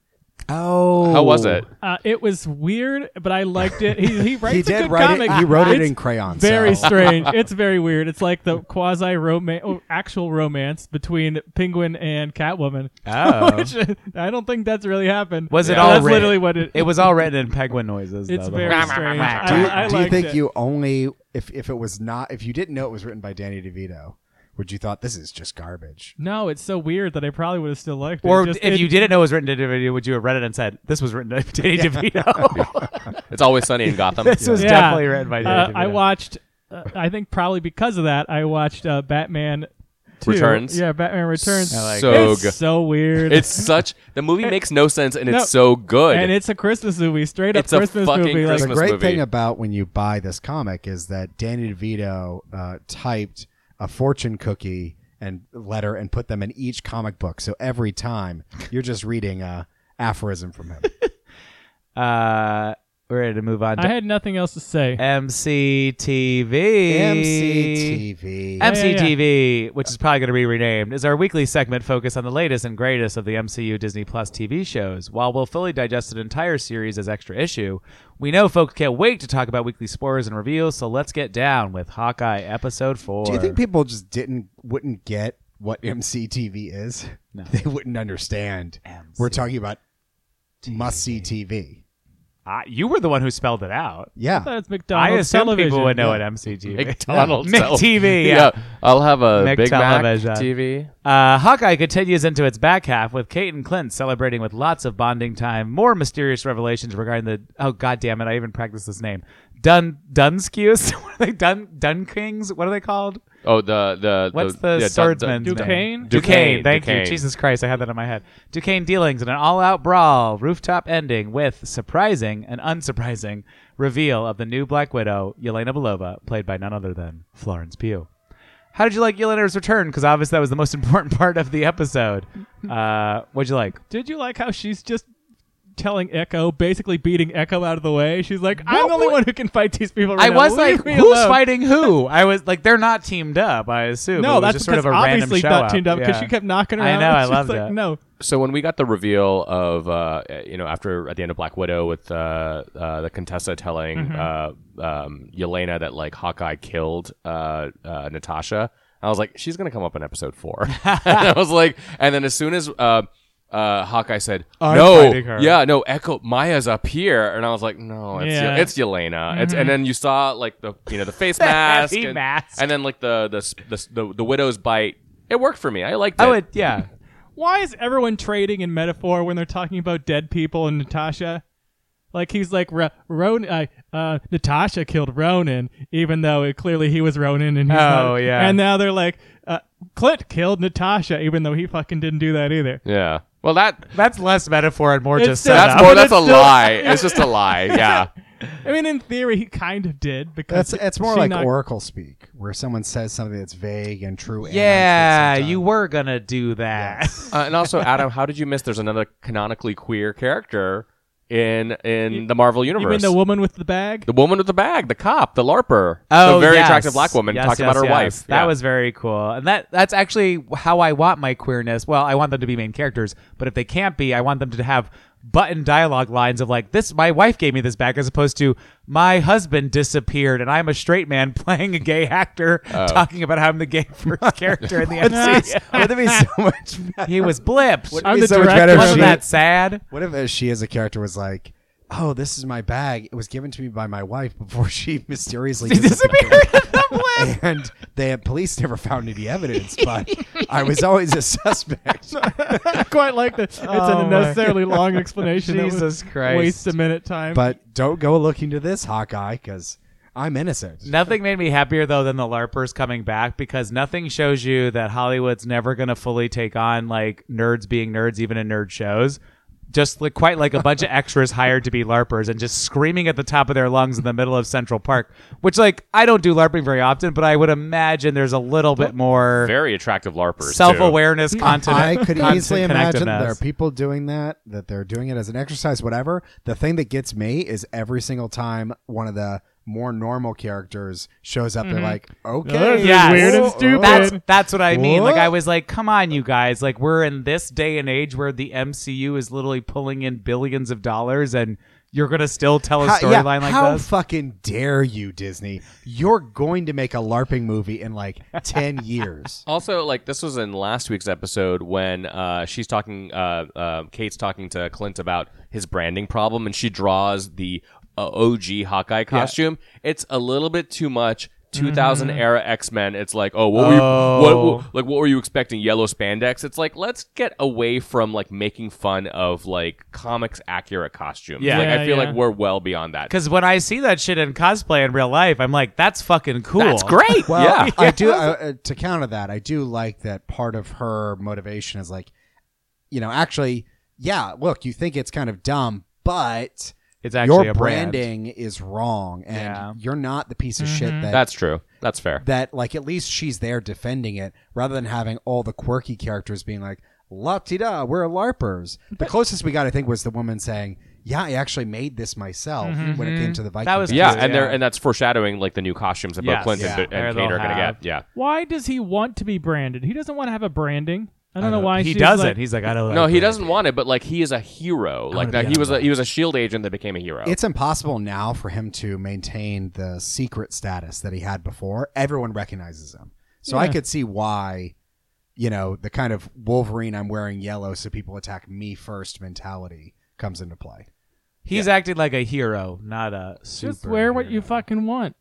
Oh, How was it? Uh, it was weird, but I liked it. He, he writes He a did good write comic. it. He wrote it It's in crayon. very so. strange. It's very weird. It's like the quasi romance, oh, actual romance between Penguin and Catwoman. Oh. Which, uh, I don't think that's really happened. Was it But all That's writ- literally what it. It was all written in penguin noises. it's though, the very whole- strange. I, Do you, I do you liked think it. you only if if it was not if you didn't know it was written by Danny DeVito, would you thought this is just garbage? No, it's so weird that I probably would have still liked it. Or Just- if it- you didn't know it was written to DeVito, would you have read it and said, "This was written to Danny DeVito"? It's always sunny in Gotham. this was Yeah. definitely written by Danny uh, DeVito. I watched. Uh, I think probably because of that, I watched uh, Batman 2. Returns. Yeah, Batman Returns. I like so it's good. so weird. It's such the movie makes no sense and No. it's so good. and it's a Christmas movie, straight up It's a Christmas fucking movie. The Christmas- Like, great movie. thing about when you buy this comic is that Danny DeVito uh, typed a fortune cookie and letter and put them in each comic book. So every time you're just reading a aphorism from him. Uh, we're ready to move on I to had nothing else to say. MCTV. MCTV. yeah, yeah. MCTV, which is probably going to be renamed, is our weekly segment focused on the latest and greatest of the MCU Disney Plus TV shows. While we'll fully digest an entire series as extra issue, we know folks can't wait to talk about weekly spoilers and reveals, so let's get down with Hawkeye episode 4. Do you think people just didn't wouldn't get what MCTV is? No. They wouldn't understand. We're talking about must see TV. I- you were the one who spelled it out. Yeah. That's McDonald's I assume television. people would know yeah. what MCTV. is. McDonald's Mick TV, yeah. I'll have a Mick Big Mac television. TV. Uh, Hawkeye continues into its back half with Kate and Clint celebrating with lots of bonding time, more mysterious revelations regarding the oh god damn it, I even practiced this name. Dun Dunskews? what are they Dun Dun Kings? What are they called? Oh, the the What's the, the yeah, swordsman's Dun, name? dun, Duquesne? Duquesne, thank Duquesne. you. Jesus Christ, I had that in my head. Duquesne dealings in an all out brawl, rooftop ending with surprising and unsurprising reveal of the new Black Widow, Yelena Belova, played by none other than Florence Pugh. How did you like Yelena's return? Because obviously that was the most important part of the episode. Uh, what'd you like? Did you like how she's just telling Echo, basically beating Echo out of the way? She's like, I'm the only one who can fight these people right I now. was Leave like, me who's alone." fighting who? I was like, they're not teamed up. I assume. It No, was that's just sort of a because random obviously show not teamed up because Yeah. she kept knocking her I out. know, I She's loved like, that. No, So when we got the reveal of uh, you know after at the end of Black Widow with uh, uh, the Contessa telling Mm-hmm. uh, um, Yelena that like Hawkeye killed uh, uh, Natasha, I was like, she's gonna come up in episode four. and I was like, and then as soon as uh, uh, Hawkeye said, I'm "No, fighting her." yeah, no, Echo Maya's up here," and I was like, "No, it's Yeah. Ye- it's Yelena." It's Mm-hmm. and then you saw like the you know the face mask, heavy and, mask. and then like the the, sp- the s- the the widow's bite. It worked for me. I liked it. Oh, it, yeah. why is everyone trading in metaphor when they're talking about dead people and Natasha? Like he's like Ro- Ronan. Uh, uh, Natasha killed Ronan, even though it, clearly he was Ronan and he's Oh, not- yeah. And now they're like uh, Clint killed Natasha, even though he fucking didn't do that either. yeah. Well, that That's less metaphor and more It's just still- setup. That's more. But That's a it's still- lie. It's just a lie. Yeah. I mean, in theory, he kind of did because That's it's more she like knocked- Oracle speak, where someone says something that's vague and true. and Yeah, untrue sometimes. you were gonna do that. Uh, and also, Adam, how did you miss? There's another canonically queer character in in the Marvel You universe. mean the woman with the bag? The woman with the bag, the cop, the LARPer, Oh, the very yes. attractive black woman Yes, talking yes, about her yes. wife. That Yeah. was very cool, and that that's actually how I want my queerness. Well, I want them to be main characters, but if they can't be, I want them to have button dialogue lines of like this. My wife gave me this back, as opposed to my husband disappeared, and I'm a straight man playing a gay actor Oh. talking about how I'm the gay first character in the MCU. Wouldn't it be so much better? he was blipped. It'd I'm be the so much director. better if Wasn't she- that sad? What if uh, she, as a character, was like, "Oh, this is my bag. It was given to me by my wife before she mysteriously disappeared." and the police never found any evidence, but I was always a suspect. I quite like that. It's Oh, my an unnecessarily long explanation. that Jesus would Christ. Waste a minute time. But don't go looking to this Hawkeye because I'm innocent. Nothing made me happier though than the LARPers coming back because nothing shows you that Hollywood's never gonna fully take on like nerds being nerds even in nerd shows. Just like quite like a bunch of extras hired to be LARPers and just screaming at the top of their lungs in the middle of Central Park. Which like I don't do LARPing very often, but I would imagine there's a little bit more very attractive LARPers. too. self awareness content. I could content easily imagine that there are connectedness. people doing that, that they're doing it as an exercise, whatever. The thing that gets me is every single time one of the more normal characters shows up, they're like, Oh, okay. this is Yes. weird and Oh, stupid. That's that's what I mean. Like What? I was like, come on, you guys. Like we're in this day and age where the MCU is literally pulling in billions of dollars, and you're gonna still tell a How- yeah, storyline like how this. fucking dare you, Disney? You're going to make a LARPing movie in like 10 years. Also, like this was in last week's episode when uh, she's talking, uh, uh, Kate's talking to Clint about his branding problem, and she draws the uh, OG Hawkeye costume. It's a little bit too much, 2000 era X Men, it's like, oh, what were Oh. you, what, what- like, what were you expecting? Yellow spandex. It's like, let's get away from like making fun of like comics accurate costumes. Yeah. like, Yeah, I feel yeah. like we're well beyond that. Because when I see that shit in cosplay in real life, I'm like, that's fucking cool. That's great. Well, yeah, I do I, uh, to counter that. I do like that part of her motivation is like, you know, actually, yeah. Look, you think it's kind of dumb, but It's actually your a brand. branding is wrong, and Yeah. Mm-hmm. you're not the piece of shit that that's true. That's fair. that like at least she's there defending it rather than having all the quirky characters being like la ti da we're larpers the closest we got i think was the woman saying yeah i actually made this myself Mm-hmm. when it came to the viking was thing." Yeah, Yeah. and they're and that's foreshadowing like the new costumes that Yes. both Clinton Yeah. and They're Kane are they'll gonna have. get. Yeah. Why does he want to be branded? He doesn't want to have a branding. I don't know why he she's doesn't. like- He's like, I don't. No, like he that. doesn't want it, but like he is a hero. Like that, he was a he was a shield agent that became a hero. it's impossible now for him to maintain the secret status that he had before everyone recognizes him so i Yeah. could see why you know the kind of wolverine i'm wearing yellow so people attack me first mentality comes into play He's acting like a hero, not a super. just wear what you fucking want.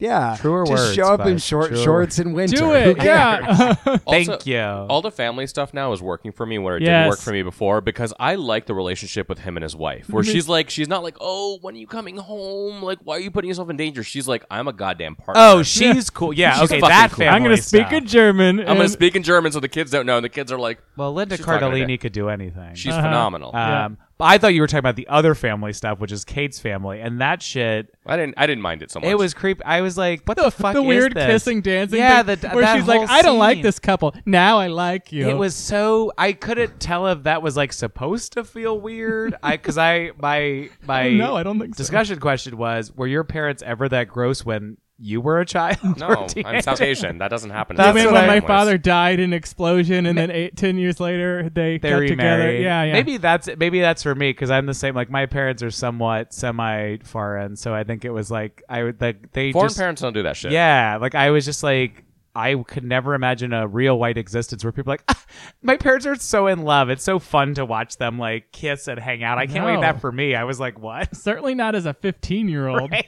yeah Truer just words, show up in Buzz. short Truer shorts in winter Do Who it. cares? Yeah. Also- Thank you. All the family stuff now is working for me where it Yes. didn't work for me before because I like the relationship with him and his wife. Mhm. Where she's like, she's not like, oh, when are you coming home? Like, why are you putting yourself in danger? She's like, I'm a goddamn partner. oh, she's cool. Yeah. She's okay, fucking that cool. family. I'm gonna speak stuff. in German. I'm gonna and- speak in German so the kids don't know. And the kids are like, Well, Linda She's not gonna do Cardellini it. could do anything. she's Uh-huh. phenomenal. Um, but I thought you were talking about the other family stuff, which is Kate's family, and that shit. I didn't, I didn't mind it so much. It was creepy. I was like, "What the, fuck?" the is weird this? kissing, dancing. Yeah, thing, the- where that she's like, whole I don't like scene. this couple. Now I like you. It was so I couldn't tell if that was like supposed to feel weird. I because I my my No, I don't think so. discussion question was: Were your parents ever that gross when you were a child? no, or I'm teenager? South Asian. That doesn't happen. in That's I other mean, what when I- my families. father died in an explosion, and then eight, ten years later they, They got together. remarried. Yeah, yeah. Maybe that's maybe that's for me because I'm the same. Like my parents are somewhat semi foreign, so I think it was like I would like they foreign just parents don't do that shit. Yeah, like I was just like I could never imagine a real white existence where people are like "Ah, my parents are so in love. It's so fun to watch them like kiss and hang out. I can't No. wait that for me. I was like, what? certainly not as a 15 year old. I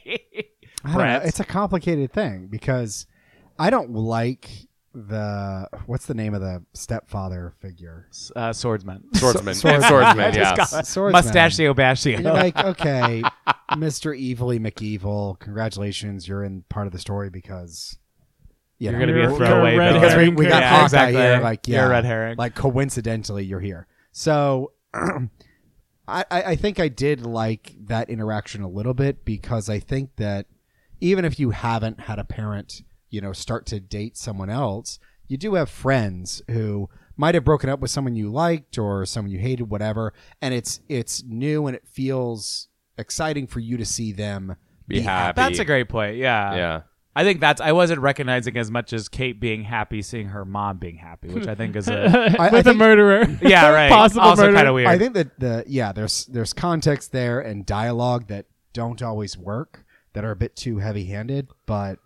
don't know. Brett. It's a complicated thing because I don't like the what's the name of the stepfather figure? Uh, swordsman. Swordsman. So- swordsman. Swordsman, I yeah. just got- Swordsman. Mustachio Bashio. And you're like, okay, Mister Evilly McEvil, congratulations, you're in part of the story because you You're know, gonna be a You're- throwaway. you're a red villain. because we, herring we got character. Hawkeye Yeah, exactly. here, like yeah, You're a red herring. like coincidentally you're here. So I, I I think I did like that interaction a little bit because I think that even if you haven't had a parent, you know, start to date someone else, you do have friends who might have broken up with someone you liked or someone you hated, whatever, and it's it's new and it feels exciting for you to see them Be happy. that's a great point. Yeah. Yeah. I think that's I wasn't recognizing as much as Kate being happy seeing her mom being happy, which I think is a I- I with a think- murderer. Yeah, right. Possible also murderer. kind of weird. I think that the yeah, there's there's context there and dialogue that don't always work that are a bit too heavy-handed, but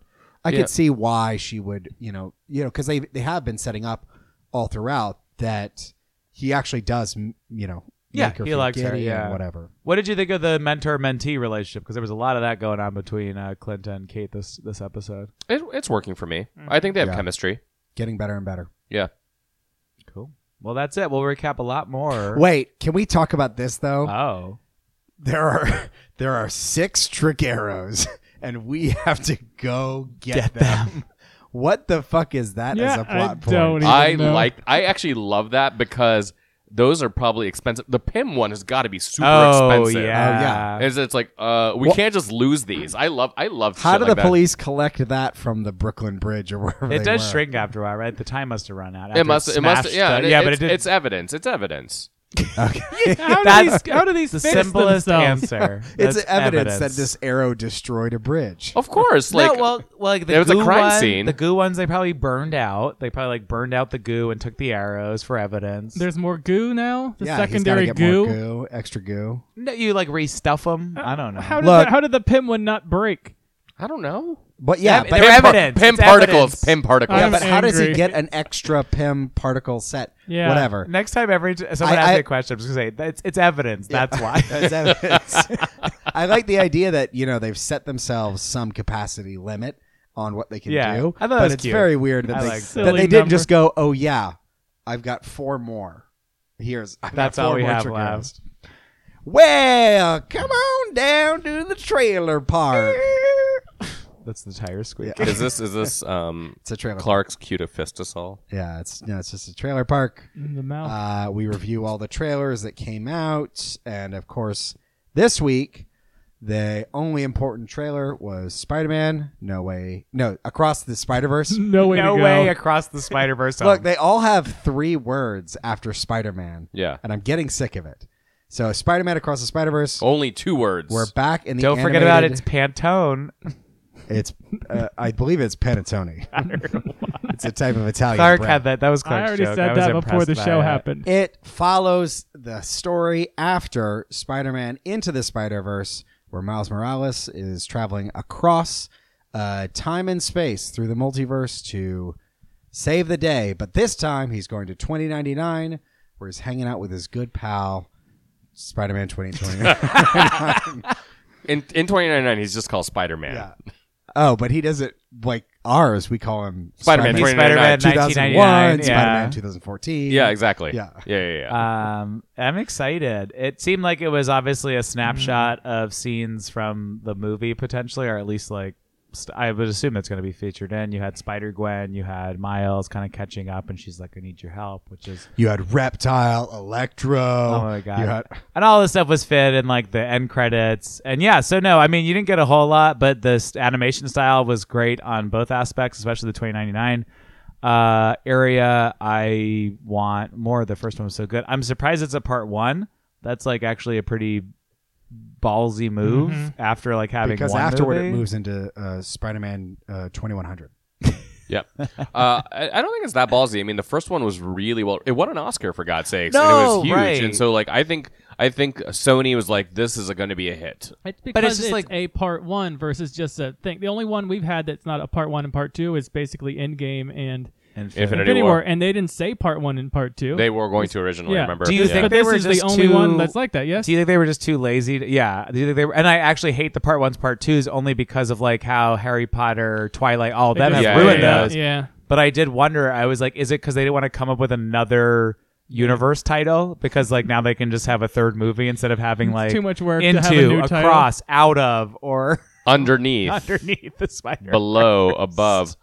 I Yeah. could see why she would, you know, you know, because they they have been setting up all throughout that he actually does, m- you know, Yeah, make her he feel likes her, giddy yeah. and whatever. What did you think of the mentor mentee relationship? Because there was a lot of that going on between uh, Clint and Kate this this episode. It, it's working for me. I think they have Yeah. chemistry. Getting better and better. Yeah. Cool. Well, that's it. We'll recap a lot more. Wait, can we talk about this though? Oh, there are there are six trick arrows, and we have to go get, them. What the fuck is that as Yeah, a I plot point? don't even I know. like. I actually love that because those are probably expensive. The Pym one has got to be super oh expensive. yeah. yeah. It's, it's like uh, we Well- can't just lose these. I love. I love. How shit do like the that. police collect that from the Brooklyn Bridge or wherever? It they does were? shrink after a while, right? The time must have run out. after It must. It must. smashed Yeah. the- it- yeah, it's, but it did. it's evidence. It's evidence. Okay. How do That's- these? How do these the fix simplest themselves? answer. it's That's evidence, that this arrow destroyed a bridge. Oh, Of course. No, Like. well, well, like the there was a goo crime one- scene. The goo ones they probably burned out. They probably like burned out the goo and took the arrows for evidence. There's more goo now. The yeah, he's gotta secondary get goo. more goo, extra goo. no, you like restuff them. I don't know. How did Look. the, how did the pim one not break? I don't know. But yeah, Yeah, but, Pym they're par- evidence. Pym It's particles. evidence. Pym particles. yeah, I'm but how does he angry. get an extra Pym particle set? Yeah. Whatever. Next time, every t- someone I- asks I- me a question, I'm just gonna say that's it's evidence. That's why. That's evidence. I like the idea that you know they've set themselves some capacity limit, on what they can Yeah, do. I thought that but was it's cute. very weird I that they, like that that. they Silly didn't just go, "Oh yeah, I've got four more." Here's I've That's got four all we more have trick left. arrows." Well, come on down to the trailer park. That's the tire squeak. Yeah. Is this is this um It's a trailer. park. Clark's cutifistisol? Yeah, it's no, it's just a trailer park. in the Oh. mouth. Uh, we review all the trailers that came out, and of course, this week the only important trailer was Spider-Man. No way, no, across the Spider-Verse. no way. No to go. way across the Spider Verse. Look, they all have three words after Spider-Man, Yeah. and I'm getting sick of it. So, Spider-Man across the Spider-Verse. Only two words. We're back in the. Oh, don't forget about it's animated- Pantone. It's, uh, I believe it's panettone. it's a type of Italian. Clark bread. had that. That was I Clark's already joke. I said was that before impressed the by show it. happened. It follows the story after Spider Man Into the Spider Verse, where Miles Morales is traveling across uh, time and space through the multiverse to save the day. But this time he's going to 2099, where he's hanging out with his good pal, Spider Man 2029. in in 2099 he's just called Spider-Man. Yeah. oh, but he does it like ours. We call him Spider-Man Spider-Man Spider Man 2001, 1999. Spider Man yeah. 2014. Yeah, exactly. Yeah. Yeah, yeah, yeah. Um, I'm excited. It seemed like it was obviously a snapshot of scenes from the movie, potentially, or at least like st- I would assume it's going to be featured in. You had Spider Gwen, you had Miles kind of catching up, and she's like, "I need your help," which is You had Reptile, Electro. oh my god. You had. and all this stuff was fit in like the end credits, and yeah. So no, I mean you didn't get a whole lot, but this animation style was great on both aspects, especially the 2099 uh, area. I want more. The first one was so good. I'm surprised it's a part one. That's like actually a pretty ballsy move after like Mm-hmm. having because one afterward movie. it moves into uh, Spider-Man uh, 2100. Yep. Uh, I, I don't think it's that ballsy. I mean, the first one was really well. It won an Oscar for God's sakes, and it No, was huge. right. And so, like, I think I think Sony was like, "This is going to be a hit." It's because it's it's, just like- a part one versus just a thing. The only one we've had that's not a part one and part two is basically Endgame and Infinity, Infinity. Infinity War. War, and they didn't say part one and part two. They were going to originally. Yeah. Remember? Do you Yeah. think but they this were is the just only too- one that's like that. Yes, Do you think they were just too lazy? To, yeah. Do you think they were? And I actually hate the part ones, part twos, only because of like how Harry Potter, Twilight, all of They them have just- Yeah, ruined yeah, those. Yeah, But I did wonder. I was like, is it because they didn't want to come up with another universe title? Because like now they can just have a third movie instead of having like too much work to into, have a new title. across, out of, or underneath, underneath the spider. below, above.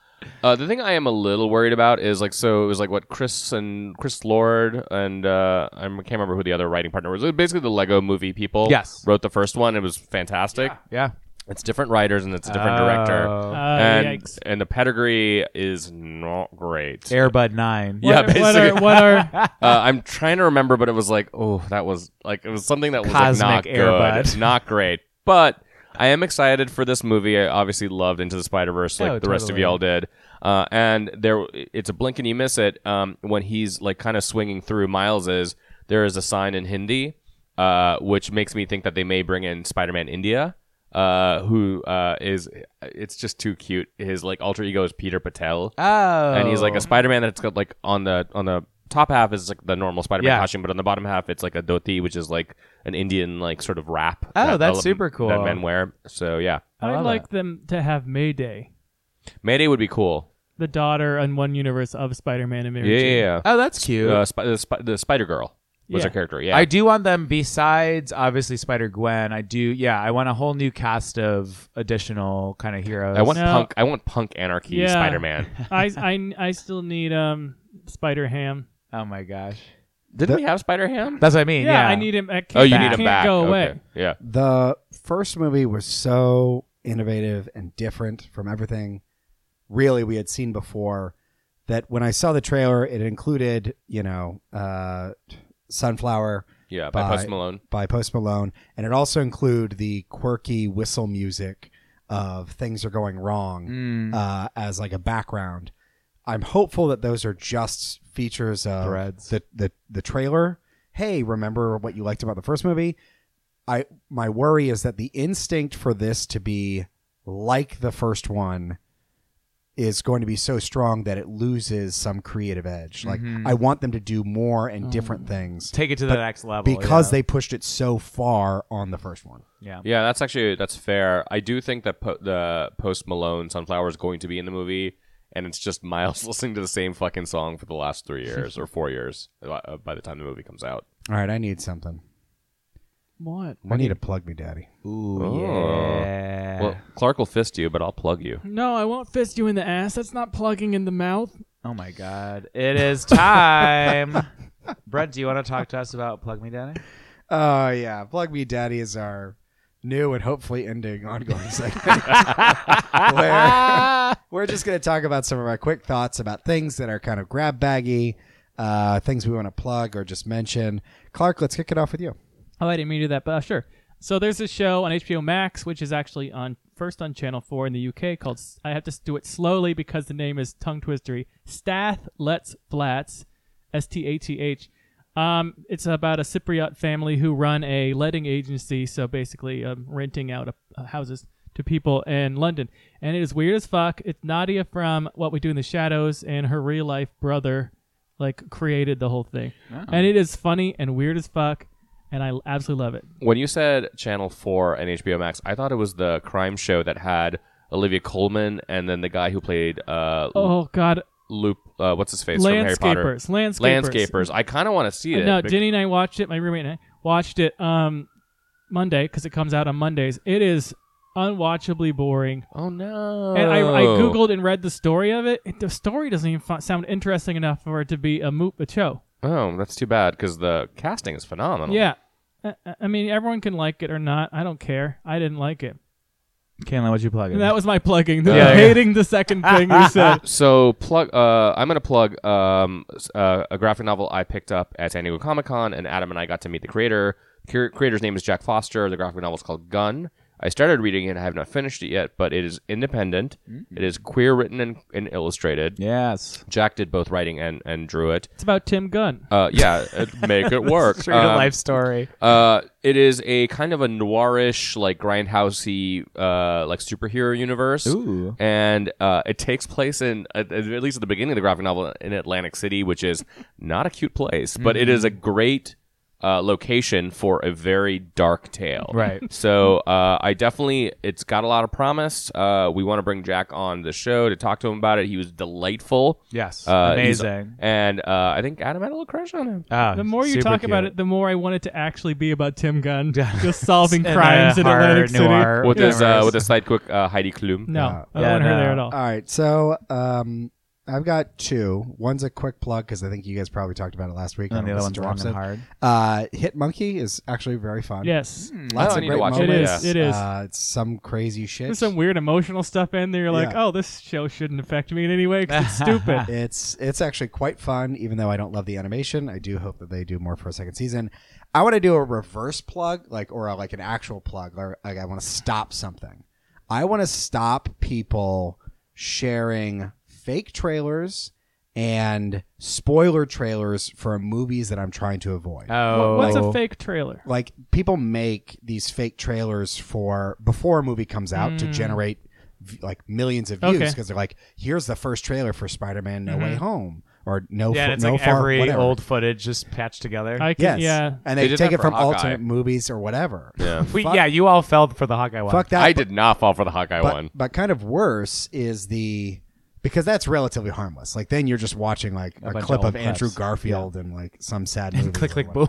Uh, the thing I am a little worried about is like so it was like what Chris and Chris Lord and uh, I can't remember who the other writing partner was. It was basically the Lego Movie people. Yes. wrote the first one. It was fantastic. yeah. It's different writers and it's a different director. Oh. Uh, and yikes. and the pedigree is not great. Airbud Nine. Yeah, What, what are what are Uh, I'm trying to remember, but it was like, oh, that was like it was something that was like, Cosmic not Air Bud. good, not great. But I am excited for this movie. I obviously loved Into the Spider Verse, like Oh, the rest of totally. y'all did. Uh, and there, it's a blink and you miss it. Um, when he's like kind of swinging through Miles, is there is a sign in Hindi, uh, which makes me think that they may bring in Spider Man India. Uh, who uh is? It's just too cute. His like alter ego is Peter Patel Oh. and he's like a Spider-Man that's got like on the on the top half is like the normal Spider-Man Yeah. costume, but on the bottom half it's like a dhoti, which is like an Indian like sort of wrap. Oh, that that's ele- super cool. That men wear. So yeah, I love like them to have Mayday, Mayday would be cool. the daughter in one universe of Spider-Man and Mary Yeah, Jane. yeah, yeah. Oh, that's cute. Uh, Sp- the, Sp- the Spider Girl was Yeah. her character. Yeah, I do want them besides obviously Spider Gwen. I do, yeah. I want a whole new cast of additional kind of heroes. I want No. punk. I want punk anarchy Yeah. Spider-Man. I, I, I still need um Spider Ham. Oh my gosh, Didn't we have Spider Ham? that's what I mean. Yeah, Yeah, I need him. I can't, Oh, you back. need him can't back. Go away. Okay. Yeah, The first movie was so innovative and different from everything really we had seen before that when I saw the trailer, it included you know uh, Sunflower yeah. By Bye. Post Malone. by Post Malone, and it also included the quirky whistle music of "Things Are Going Wrong." Mm. uh, as like a background. I'm hopeful that those are just features of Threads. the the the trailer. Hey, remember what you liked about the first movie? I my worry is that the instinct for this to be like the first one is going to be so strong that it loses some creative edge. Like I want them to do more and different things Take it to the next level because yeah. they pushed it so far on the first one. yeah. Yeah, that's actually that's fair. I do think that po- the Post Malone Sunflower is going to be in the movie, and it's just Miles listening to the same fucking song for the last three years or four years uh, by the time the movie comes out. All right, I need something. What? I need to plug me, daddy. Ooh, Oh. Eh. yeah. Well, Clark will fist you, but I'll plug you. No, I won't fist you in the ass. That's not plugging in the mouth. oh my God, it is time. Brett, do you want to talk to us about Plug Me Daddy? Oh yeah, plug me, daddy is our new and hopefully ending ongoing segment where we're just going to talk about some of our quick thoughts about things that are kind of grab baggy, uh, things we want to plug or just mention. Clark, let's kick it off with you. Oh, I didn't mean to do that, but uh, sure. So there's this show on HBO Max, which is actually on first on Channel Four in the UK called. S- I have to s- do it slowly because the name is tongue twistery. Stath Let's Flats, S T A T H. Um, it's about a Cypriot family who run a letting agency, so basically um, renting out uh, uh, houses to people in London. And it is weird as fuck. It's Nadia from What We Do in the Shadows and her real life brother, like created the whole thing. And it is funny and weird as fuck, and I absolutely love it. When you said Channel Four and HBO Max, I thought it was the crime show that had Olivia Colman and then the guy who played uh, Oh God, Luke. Uh, what's his face from Harry Potter? landscapers, landscapers, Landscapers. I kind of want to see it. No, bec- Jenny and I watched it. My roommate and I watched it um Monday because it comes out on Mondays. It is unwatchably boring. Oh no! And I, I Oh. googled and read the story of it. It- The story doesn't even fi- sound interesting enough for it to be a moot a show. Oh, that's too bad because the casting is phenomenal. Yeah, I, I- I mean everyone can like it or not. I don't care. I didn't like it. Caitlin, what'd you plug in? And that was my plugging. Yeah, yeah. hating the second thing you said. So plug. Uh, I'm gonna plug um, s- uh, a graphic novel I picked up at San Diego Comic Con, and Adam and I got to meet the creator. Cur- creator's name is Jack Foster. The graphic novel is called Gun. I started reading it. and I have not finished it yet, but it is independent. Mm-hmm. It is queer written and, and illustrated. yes. Jack did both writing and, and drew it. It's about Tim Gunn. Uh, yeah, it- make it work. Straight to Um, life story. Uh, it is a kind of a noirish, like grindhousey, uh, like superhero universe. Ooh. And uh, it takes place in, at, at least at the beginning of the graphic novel, in Atlantic City, which is not a cute place, but it Mm-hmm. is a great uh, location for a very dark tale. Right. So uh, I definitely, it's got a lot of promise. Uh, we want to bring Jack on the show to talk to him about it. He was delightful. Yes. Uh, he's- Amazing. And uh, I think Adam had a little crush on him. Ah, The more you super talk about cute. it, the more I want it to actually be about Tim Gunn just solving In a crimes in horror, Atlantic City. noir With his uh, universe. with his sidekick uh, Heidi Klum. No, I don't Yeah, want her no. there at all. All right, so um, I've got two. One's a quick plug because I think you guys probably talked about it last week. I and the don't other listen one's to long and episode. hard. Uh, Hit Monkey is actually very fun. yes, lots Oh, I of need to great watch it. it moments. is. It is. Uh, it's some crazy shit. There's some weird emotional stuff in there. You're like, Yeah. oh, this show shouldn't affect me in any way 'cause it's stupid. It's it's actually quite fun, even though I don't love the animation. I do hope that they do more for a second season. I want to do a reverse plug, like or uh, like an actual plug, or like I want to stop something. I want to stop people sharing fake trailers and spoiler trailers for movies that I'm trying to avoid. Oh, What's a fake trailer? like people make these fake trailers for before a movie comes out Mm. to generate v- like millions of views Okay. because they're like, here's the first trailer for Spider-Man: No Way Home or No, Mm-hmm. yeah, Fu- and it's no like Far every whatever. old footage just patched together. I can, yes, yeah. and They they, did take that it for from Hawkeye. alternate movies or whatever. Yeah. we, fuck- yeah, you all fell for the Hawkeye one. Fuck that. I but- did not fall for the Hawkeye but, one. But kind of worse is the because that's relatively harmless. Like then you're just watching like a, bunch clip of, of old Andrew clips. Garfield and like some sad movie. Click, or click, whatever.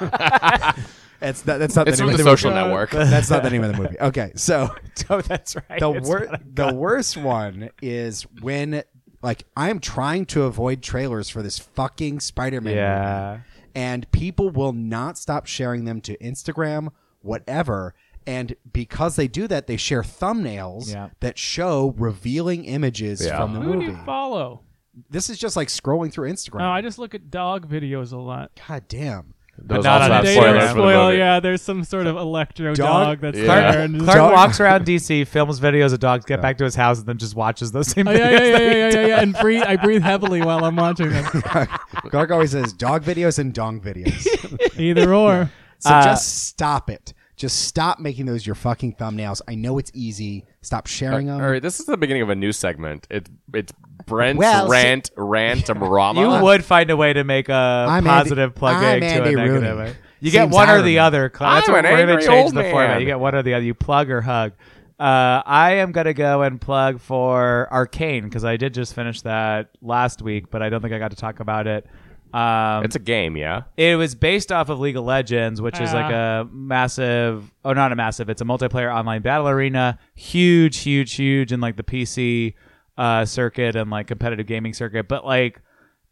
boom. Yeah. It's not, that's not It's the name from of the the Social movie. Network. That's not the name of the movie. Okay, so oh, that's right. the It's wor- not a- the worst one is when like I'm trying to avoid trailers for this fucking Spider-Man Yeah. movie, and people will not stop sharing them to Instagram, whatever. And because they do that, they share thumbnails Yeah. that show revealing images Yeah. from the Who do you movie. follow? This is just like scrolling through Instagram. No, I just look at dog videos a lot. God damn. Those not also on have the They date or spoilers don't for the spoil, movie. yeah. There's some sort of electro dog, Dog- that's Yeah. there. And Clark Dog- walks around DC, films videos of dogs, get back to his house, and then just watches those same Oh, videos. yeah, yeah, yeah, yeah, yeah, yeah, yeah. And breathe, I breathe heavily while I'm watching them. Clark always says dog videos and dong videos. Either or. So Uh, just stop it. Just stop making those your fucking thumbnails. I know it's easy. Stop sharing Uh, them. All right, this is the beginning of a new segment. It's it's Brent's Well, so- rant rantum You would find a way to make a I'm positive Andy- plug I'm egg to Andy a negative. Rooney. egg. You get Seems one or irony. the other. Cla- That's I'm an what we're going angry to change old the format. man. You get one or the other. You plug or hug. Uh, I am going to go and plug for Arcane because I did just finish that last week, but I don't think I got to talk about it. Um, It's a game, yeah. it was based off of League of Legends, which is Ah. like a massive, oh, not a massive. It's a multiplayer online battle arena, huge, huge, huge, in like the PC uh, circuit and like competitive gaming circuit. But like,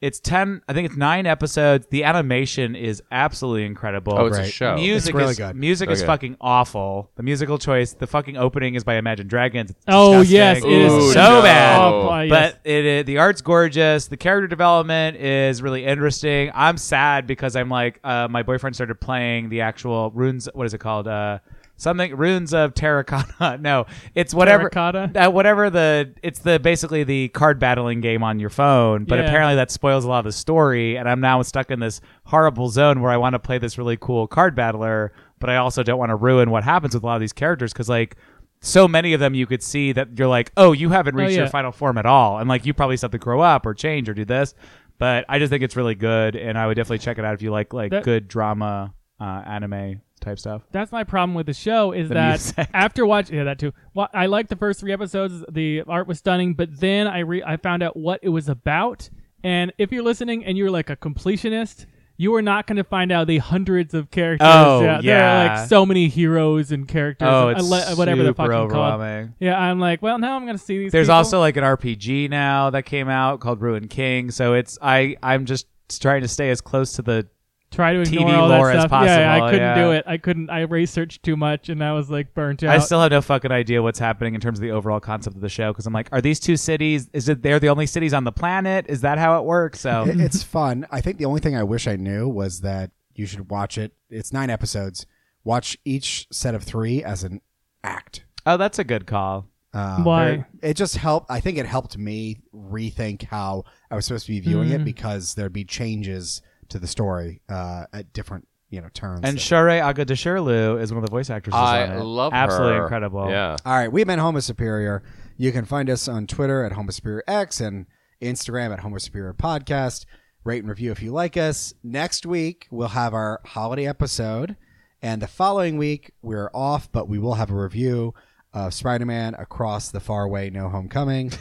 it's ten. I think it's nine episodes. The animation is absolutely incredible. Oh, it's a right. show. Music It's really is good. music is Okay. fucking awful. The musical choice, the fucking opening is by Imagine Dragons. It's Oh disgusting. yes, it is Ooh, so no. bad Oh, boy, yes. but it, it the art's gorgeous. The character development is really interesting. I'm sad because I'm like uh, my boyfriend started playing the actual runes. What is it called? Uh, something runes of terracotta. no, it's whatever. Terracotta? Uh, whatever the it's the basically the card battling game on your phone. But Yeah. apparently that spoils a lot of the story, and I'm now stuck in this horrible zone where I want to play this really cool card battler, but I also don't want to ruin what happens with a lot of these characters because like. So many of them you could see that you're like, oh, you haven't Oh, reach your yeah. final form at all. And like you probably still have to grow up or change or do this. But I just think it's really good, and I would definitely check it out if you like like That- good drama, uh, anime type stuff. that's my problem with the show is that music. after watching yeah that too well, i liked the first three episodes the art was stunning but then i re- i found out what it was about and if you're listening and you're like a completionist you are not going to find out the hundreds of characters Oh, out there are yeah. like so many heroes and characters Oh, and it's ale- whatever the super fucking overwhelming. called yeah i'm like well now i'm going to see these There's people. also like an RPG now that came out called Ruin King. So it's I I'm just trying to stay as close to the try to ignore TV all that lore as stuff yeah, possible, i couldn't yeah. do it i couldn't i researched too much and i was like burnt out I still have no fucking idea what's happening in terms of the overall concept of the show because I'm like, are these two cities? Is it they're the only cities on the planet? Is that how it works? So It- it's fun. I think the only thing I wish I knew was that you should watch it. It's nine episodes. Watch each set of three as an act. oh, that's a good call. Um, Why? It just helped. I think it helped me rethink how I was supposed to be viewing Mm. it because there'd be changes to the story uh, at different you know turns. And Shirei Agadashirlu is one of the voice actresses. on I it. love absolutely her. incredible. Yeah. All right, we've been Homo Superior. You can find us on Twitter at Homo Superior X and Instagram at Homo Superior Podcast. Rate and review if you like us. Next week we'll have our holiday episode, and the following week we're off, but we will have a review of Spider-Man Across the Faraway No Homecoming.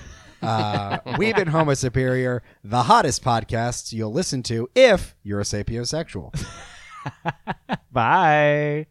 Uh, we've been Homo Superior, the hottest podcast you'll listen to if you're a sapiosexual. Bye.